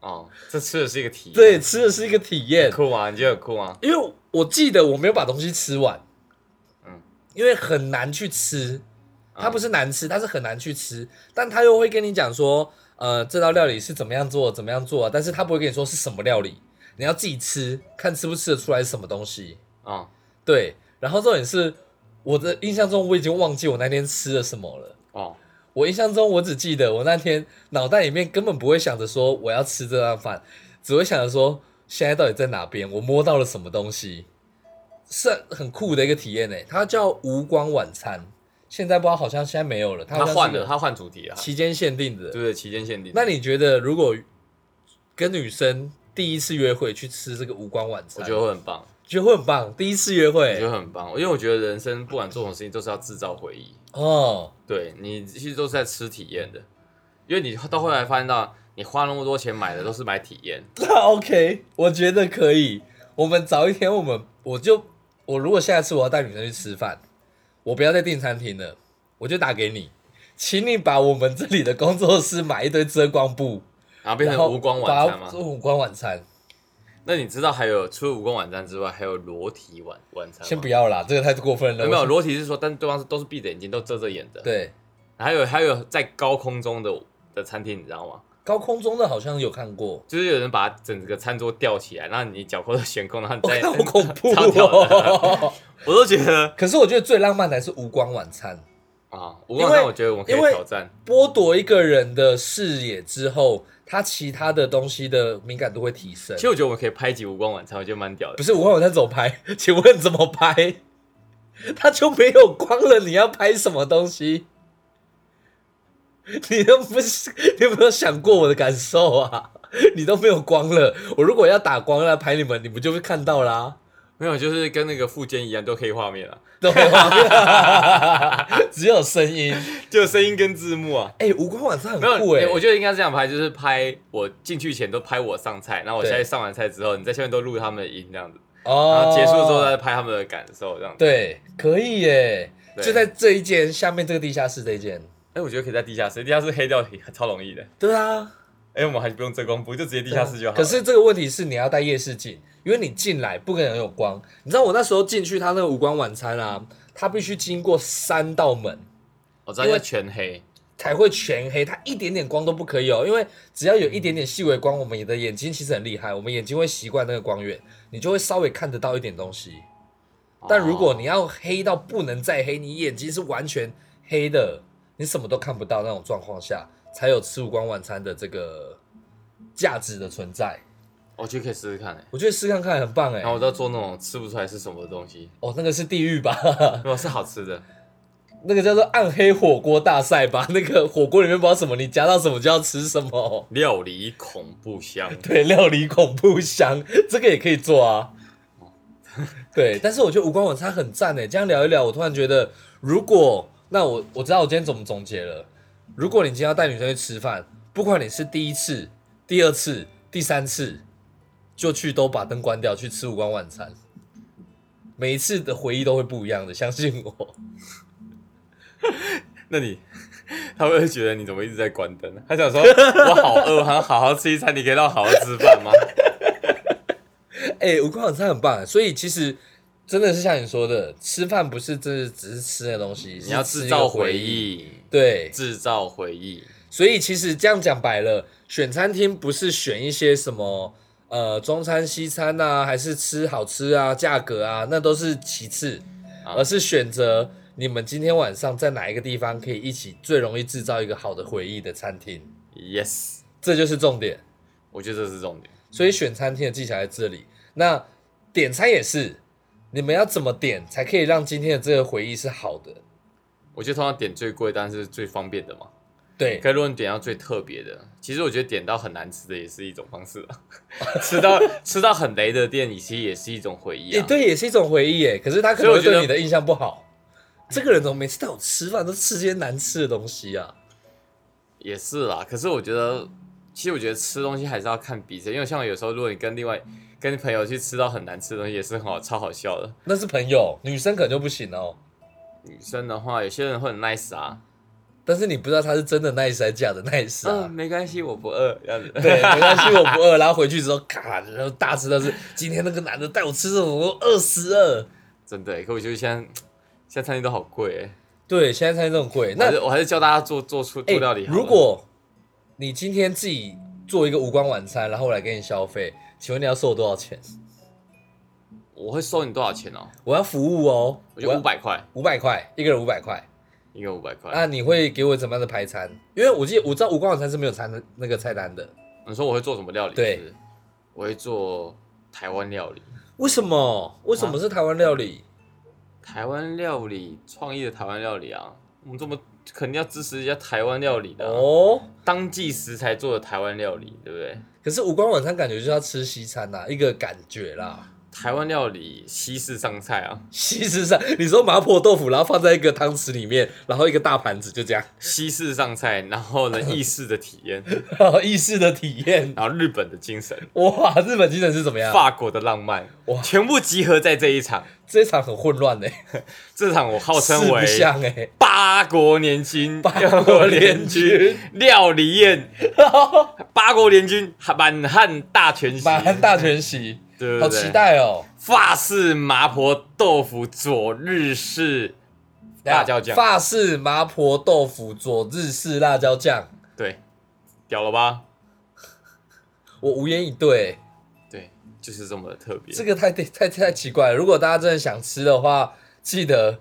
Speaker 2: 哦，这吃的是一个体验，
Speaker 1: 对，，吃的是一个体验。
Speaker 2: 酷吗？你觉得很酷吗？
Speaker 1: 因为我记得我没有把东西吃完，嗯
Speaker 2: 嗯，
Speaker 1: 因为很难去吃，它不是难吃，它是很难去吃，但他又会跟你讲说，呃，这道料理是怎么样做，怎么样做、啊，但是他不会跟你说是什么料理，你要自己吃，看吃不吃得出来是什么东西。
Speaker 2: 哦，
Speaker 1: 对，然后重点是我的印象中我已经忘记我那天吃了什么了。
Speaker 2: 哦，
Speaker 1: 我印象中，我只记得我那天脑袋里面根本不会想着说我要吃这顿饭，只会想着说现在到底在哪边，我摸到了什么东西，是很酷的一个体验呢。欸它叫无光晚餐，现在不知道好像现在没有了，它
Speaker 2: 他
Speaker 1: 好像
Speaker 2: 换
Speaker 1: 是
Speaker 2: 了，
Speaker 1: 个
Speaker 2: 他换主题了，
Speaker 1: 期间限定的。
Speaker 2: 对，期间限定。
Speaker 1: 那你觉得如果跟女生第一次约会去吃这个无光晚
Speaker 2: 我
Speaker 1: 餐，
Speaker 2: 觉得会很棒，
Speaker 1: 觉得会很棒，第一次约
Speaker 2: 我觉
Speaker 1: 会
Speaker 2: 得很棒，因为我觉得人生不管做什么事情都是要制造回忆，
Speaker 1: 哦，
Speaker 2: 对你其实都是在吃体验的，因为你到后来发现到你花那么多钱买的都是买体验，
Speaker 1: [laughs] 那 OK，我觉得可以。我们早一天，我们我就我如果下次我要带女生去吃饭，我不要再订餐厅了，我就打给你，请你把我们这里的工作室买一堆遮光布，
Speaker 2: 然后变
Speaker 1: 然后
Speaker 2: 成无光晚餐
Speaker 1: 把它
Speaker 2: 嘛
Speaker 1: 做。无光晚餐，
Speaker 2: 那你知道还有除了无光晚餐之外，还有裸体晚晚餐吗？
Speaker 1: 先不要啦，这个太过分了。
Speaker 2: 有没有
Speaker 1: 我
Speaker 2: 裸体是说，但是对方是都是闭着眼睛，都遮着眼的。，
Speaker 1: 对，
Speaker 2: 还有还有在高空中的的餐厅，你知道吗？
Speaker 1: 高空中的好像有看
Speaker 2: [laughs]
Speaker 1: 过，
Speaker 2: 就是有人把整个餐桌吊起来，让你脚扣都悬空，然后你
Speaker 1: 我
Speaker 2: 再、
Speaker 1: 看 [laughs] 好恐怖
Speaker 2: 超屌
Speaker 1: 哦
Speaker 2: 的。 [laughs] 我都觉得
Speaker 1: [laughs] 可是我觉得最浪漫的还是无光晚餐。
Speaker 2: 啊，无光晚餐我觉得我们可以
Speaker 1: 因为
Speaker 2: 挑战。
Speaker 1: 剥夺一个人的视野之后，他其他的东西的敏感度会提升
Speaker 2: 其。实我觉得我们可以拍一集无光晚餐，我觉得蛮屌
Speaker 1: 不
Speaker 2: 的。
Speaker 1: 是我有在走拍， [laughs] 请问怎么拍？他就没有光了，你要拍什么东西？你都不是，你有没有想过我的感受啊？你都没有光了，我如果要打光来拍你们，你不就会看到啦、
Speaker 2: 没有，就是跟那个附件一样，都可以画面啊，
Speaker 1: 懂吗？ [laughs] 只有声音。
Speaker 2: 就声音跟字幕啊。
Speaker 1: 哎、无光晚上很
Speaker 2: 没有，
Speaker 1: 酷哎、
Speaker 2: 欸我觉得应该这样拍，就是拍我进去前都拍我上菜，然后我
Speaker 1: 对
Speaker 2: 下去上完菜之后，你在下面都录他们的音这样子，然
Speaker 1: 哦
Speaker 2: 后结束之后再拍他们的感受这样子。
Speaker 1: 对，可以耶、
Speaker 2: 对
Speaker 1: 就在这一间下面这个地下室这一间。
Speaker 2: 哎、我觉得可以在地下室，地下室黑掉超容易的。
Speaker 1: 对啊，
Speaker 2: 哎、我们还不用遮光布，就直接地下室就好了。哦
Speaker 1: 可是这个问题是你要带夜视镜，因为你进来不可能有光。你知道我那时候进去他那个无光晚餐啊，他必须经过三道门
Speaker 2: 我知道
Speaker 1: 因
Speaker 2: 要
Speaker 1: 为
Speaker 2: 全黑，
Speaker 1: 才会全黑，它一点点光都不可以有，因为只要有一点点细微光，我们的眼睛其实很厉害，我们眼睛会习惯那个光源，你就会稍微看得到一点东西。
Speaker 2: 哦
Speaker 1: 但如果你要黑到不能再黑，你眼睛是完全黑的，你什么都看不到那种状况下，才有吃无光晚餐的这个价值的存在。
Speaker 2: 我觉得可以试试看、欸，
Speaker 1: 我觉得试看看很棒哎、
Speaker 2: 然后我都要做那种吃不出来是什么的东西，
Speaker 1: 哦，那个是地狱吧？ [laughs]
Speaker 2: 没有是好吃的，
Speaker 1: 那个叫做暗黑火锅大赛吧？那个火锅里面不知道什么，你夹到什么就要吃什么。 [laughs]
Speaker 2: 料理恐怖香，
Speaker 1: 对，料理恐怖箱这个也可以做啊。对，但是我觉得无关晚餐很赞欸诶。这样聊一聊，我突然觉得，如果那我我知道我今天怎么总结了。如果你今天要带女生去吃饭，不管你是第一次、第二次、第三次，就去都把灯关掉，去吃无关晚餐。每一次的回忆都会不一样的，相信我。
Speaker 2: 那你他会不会觉得你怎么一直在关灯？他想说我好饿，我想好好吃一餐，你可以让我好好吃饭吗？
Speaker 1: 哎、无框晚餐很棒，所以其实真的是像你说的，吃饭不是真的只是吃那东西，
Speaker 2: 你要
Speaker 1: 是吃
Speaker 2: 制
Speaker 1: 一
Speaker 2: 造
Speaker 1: 个
Speaker 2: 回
Speaker 1: 忆。
Speaker 2: 忆，
Speaker 1: 对，
Speaker 2: 制造回忆，
Speaker 1: 所以其实这样讲白了，选餐厅不是选一些什么呃中餐、西餐啊，还是吃好吃啊、价格啊，那都是其次，
Speaker 2: 啊
Speaker 1: 而是选择你们今天晚上在哪一个地方可以一起最容易制造一个好的回忆的餐厅，
Speaker 2: yes，
Speaker 1: 这就是重点。
Speaker 2: 我觉得这是重点。
Speaker 1: 所以选餐厅的技巧在这里。那点餐也是，你们要怎么点才可以让今天的这个回忆是好的？
Speaker 2: 我觉得通常点最贵，但是最方便的嘛。
Speaker 1: 对，
Speaker 2: 可是如果你点到最特别的，其实我觉得点到很难吃的也是一种方式啊。 [laughs] 吃到吃到很雷的店，其实也是一种回忆
Speaker 1: 也、
Speaker 2: 啊。
Speaker 1: 对，也是一种回忆耶。可是他可
Speaker 2: 所以
Speaker 1: 能
Speaker 2: 我
Speaker 1: 会
Speaker 2: 觉得
Speaker 1: 对你的印象不好。这个人怎么每次带我吃饭都吃些难吃的东西啊？
Speaker 2: 也是啦。可是我觉得，其实我觉得吃东西还是要看比谁，因为像有时候如果你跟另外跟朋友去吃到很难吃的东西，也是很好超好笑的。
Speaker 1: 那是朋友，女生可能就不行哦。
Speaker 2: 女生的话，有些人会很 nice 啊，
Speaker 1: 但是你不知道他是真的 nice 还是假的 nice 啊。
Speaker 2: 嗯，没关系，我不饿，这样子。
Speaker 1: 对，没关系，我不饿。然后回去之后，咔，然后大吃特吃。今天那个男的带我吃这种，我饿死了。
Speaker 2: 真的耶，欸可我觉得现在现在餐厅都好贵耶，
Speaker 1: 对，现在餐厅这么贵，那
Speaker 2: 那我还是教大家做做出
Speaker 1: 哎
Speaker 2: 做料理好了。
Speaker 1: 如果你今天自己做一个无关晚餐，然后我来给你消费，请问你要收我多少钱？
Speaker 2: 我会收你多少钱哦？
Speaker 1: 我要服务哦，
Speaker 2: 我觉得五百哎块，
Speaker 1: 五百块，一个人五百块。
Speaker 2: 一个五百块。
Speaker 1: 那你会给我怎么样的排餐？因为我记得我知道无关晚餐是没有餐的那个菜单的，
Speaker 2: 你说我会做什么料理？
Speaker 1: 对
Speaker 2: 是不是，我会做台湾料理。
Speaker 1: 为什么？为
Speaker 2: 啊
Speaker 1: 什么是台湾料理？
Speaker 2: 台湾料理，创意的台湾料理啊，我们这么肯定要支持一下台湾料理的、啊，
Speaker 1: 哦，
Speaker 2: 当季食材做的台湾料理，对不对？
Speaker 1: 可是无关晚餐感觉就是要吃西餐呐、一个感觉啦。 [laughs]
Speaker 2: 台湾料理西式上菜啊，
Speaker 1: 西式上，你说麻婆豆腐，然后放在一个汤匙里面，然后一个大盘子，就这样， [laughs]
Speaker 2: 西式上菜，然后呢意式的体验，
Speaker 1: 意式的体验。
Speaker 2: 然后日本的精神，
Speaker 1: 哇，日本精神是怎么样？
Speaker 2: 法国的浪漫，
Speaker 1: 哇
Speaker 2: 全部集合在这一场。
Speaker 1: 这一场很混乱呢、欸
Speaker 2: 这场我 [laughs] 号称
Speaker 1: 四
Speaker 2: 为
Speaker 1: 不像哎、
Speaker 2: 八国联军，
Speaker 1: 八国联军
Speaker 2: 料理
Speaker 1: [laughs]
Speaker 2: 宴，八国联军满汉大全席，
Speaker 1: 满汉大全席，
Speaker 2: 对不对？
Speaker 1: 好期！待哦！
Speaker 2: 法式麻婆豆腐佐日式辣椒酱，
Speaker 1: 法式麻婆豆腐佐日式辣椒酱，
Speaker 2: 对，屌了吧？
Speaker 1: 我无言以对、
Speaker 2: 对，就是这么的特别。
Speaker 1: 这个太太太奇怪了。如果大家真的想吃的话，记得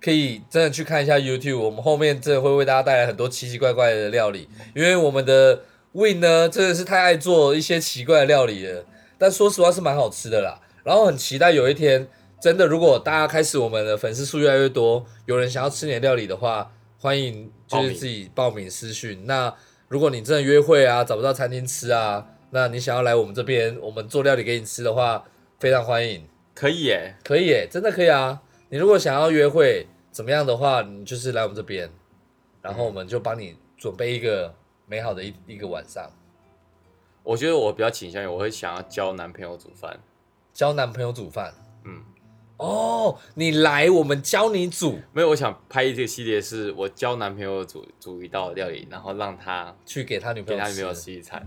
Speaker 1: 可以真的去看一下 YouTube，我们后面真的会为大家带来很多奇奇怪怪的料理。因为我们的 Win 呢，真的是太爱做一些奇怪的料理了，但说实话是蛮好吃的啦。然后很期待有一天，真的如果大家开始我们的粉丝数越来越多，有人想要吃你的料理的话，欢迎就
Speaker 2: 报
Speaker 1: 是
Speaker 2: 名
Speaker 1: 自己报名私讯。那如果你真的约会啊，找不到餐厅吃啊，那你想要来我们这边，我们做料理给你吃的话，非常欢迎。
Speaker 2: 可以耶，
Speaker 1: 可以耶，真的可以啊！你如果想要约会怎么样的话，你就是来我们这边，然后我们就帮你准备一个美好的一一个晚上，
Speaker 2: 我觉得我比较倾向于我会想要教男朋友煮饭，
Speaker 1: 教男朋友煮饭。
Speaker 2: 嗯，
Speaker 1: 哦，你来，我们教你煮，
Speaker 2: 没有，我想拍这个系列是我教男朋友煮煮一道料理，然后让他
Speaker 1: 去给他女朋
Speaker 2: 给
Speaker 1: 友
Speaker 2: 他
Speaker 1: 吃。
Speaker 2: 女朋友吃一餐，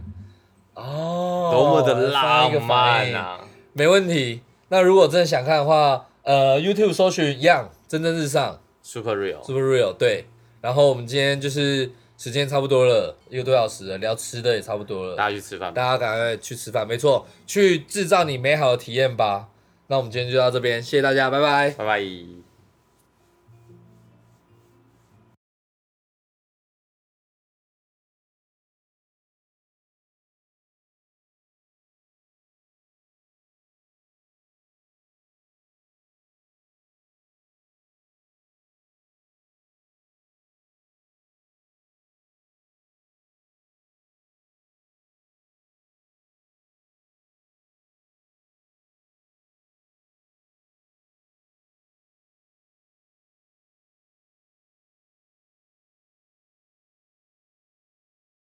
Speaker 1: 哦，
Speaker 2: 多么的
Speaker 1: 发一
Speaker 2: 浪
Speaker 1: 个
Speaker 2: 漫
Speaker 1: 反应！
Speaker 2: 啊！
Speaker 1: 没问题。那如果真的想看的话，呃，YouTube 搜寻一样蒸蒸日上
Speaker 2: Super Real，
Speaker 1: ，Super Real 对。然后我们今天就是时间差不多了，一个多小时了，聊吃的也差不多了。
Speaker 2: 大家去吃饭吧，
Speaker 1: 大家赶快去吃饭，没错，去制造你美好的体验吧。那我们今天就到这边，谢谢大家，拜拜。
Speaker 2: 拜拜。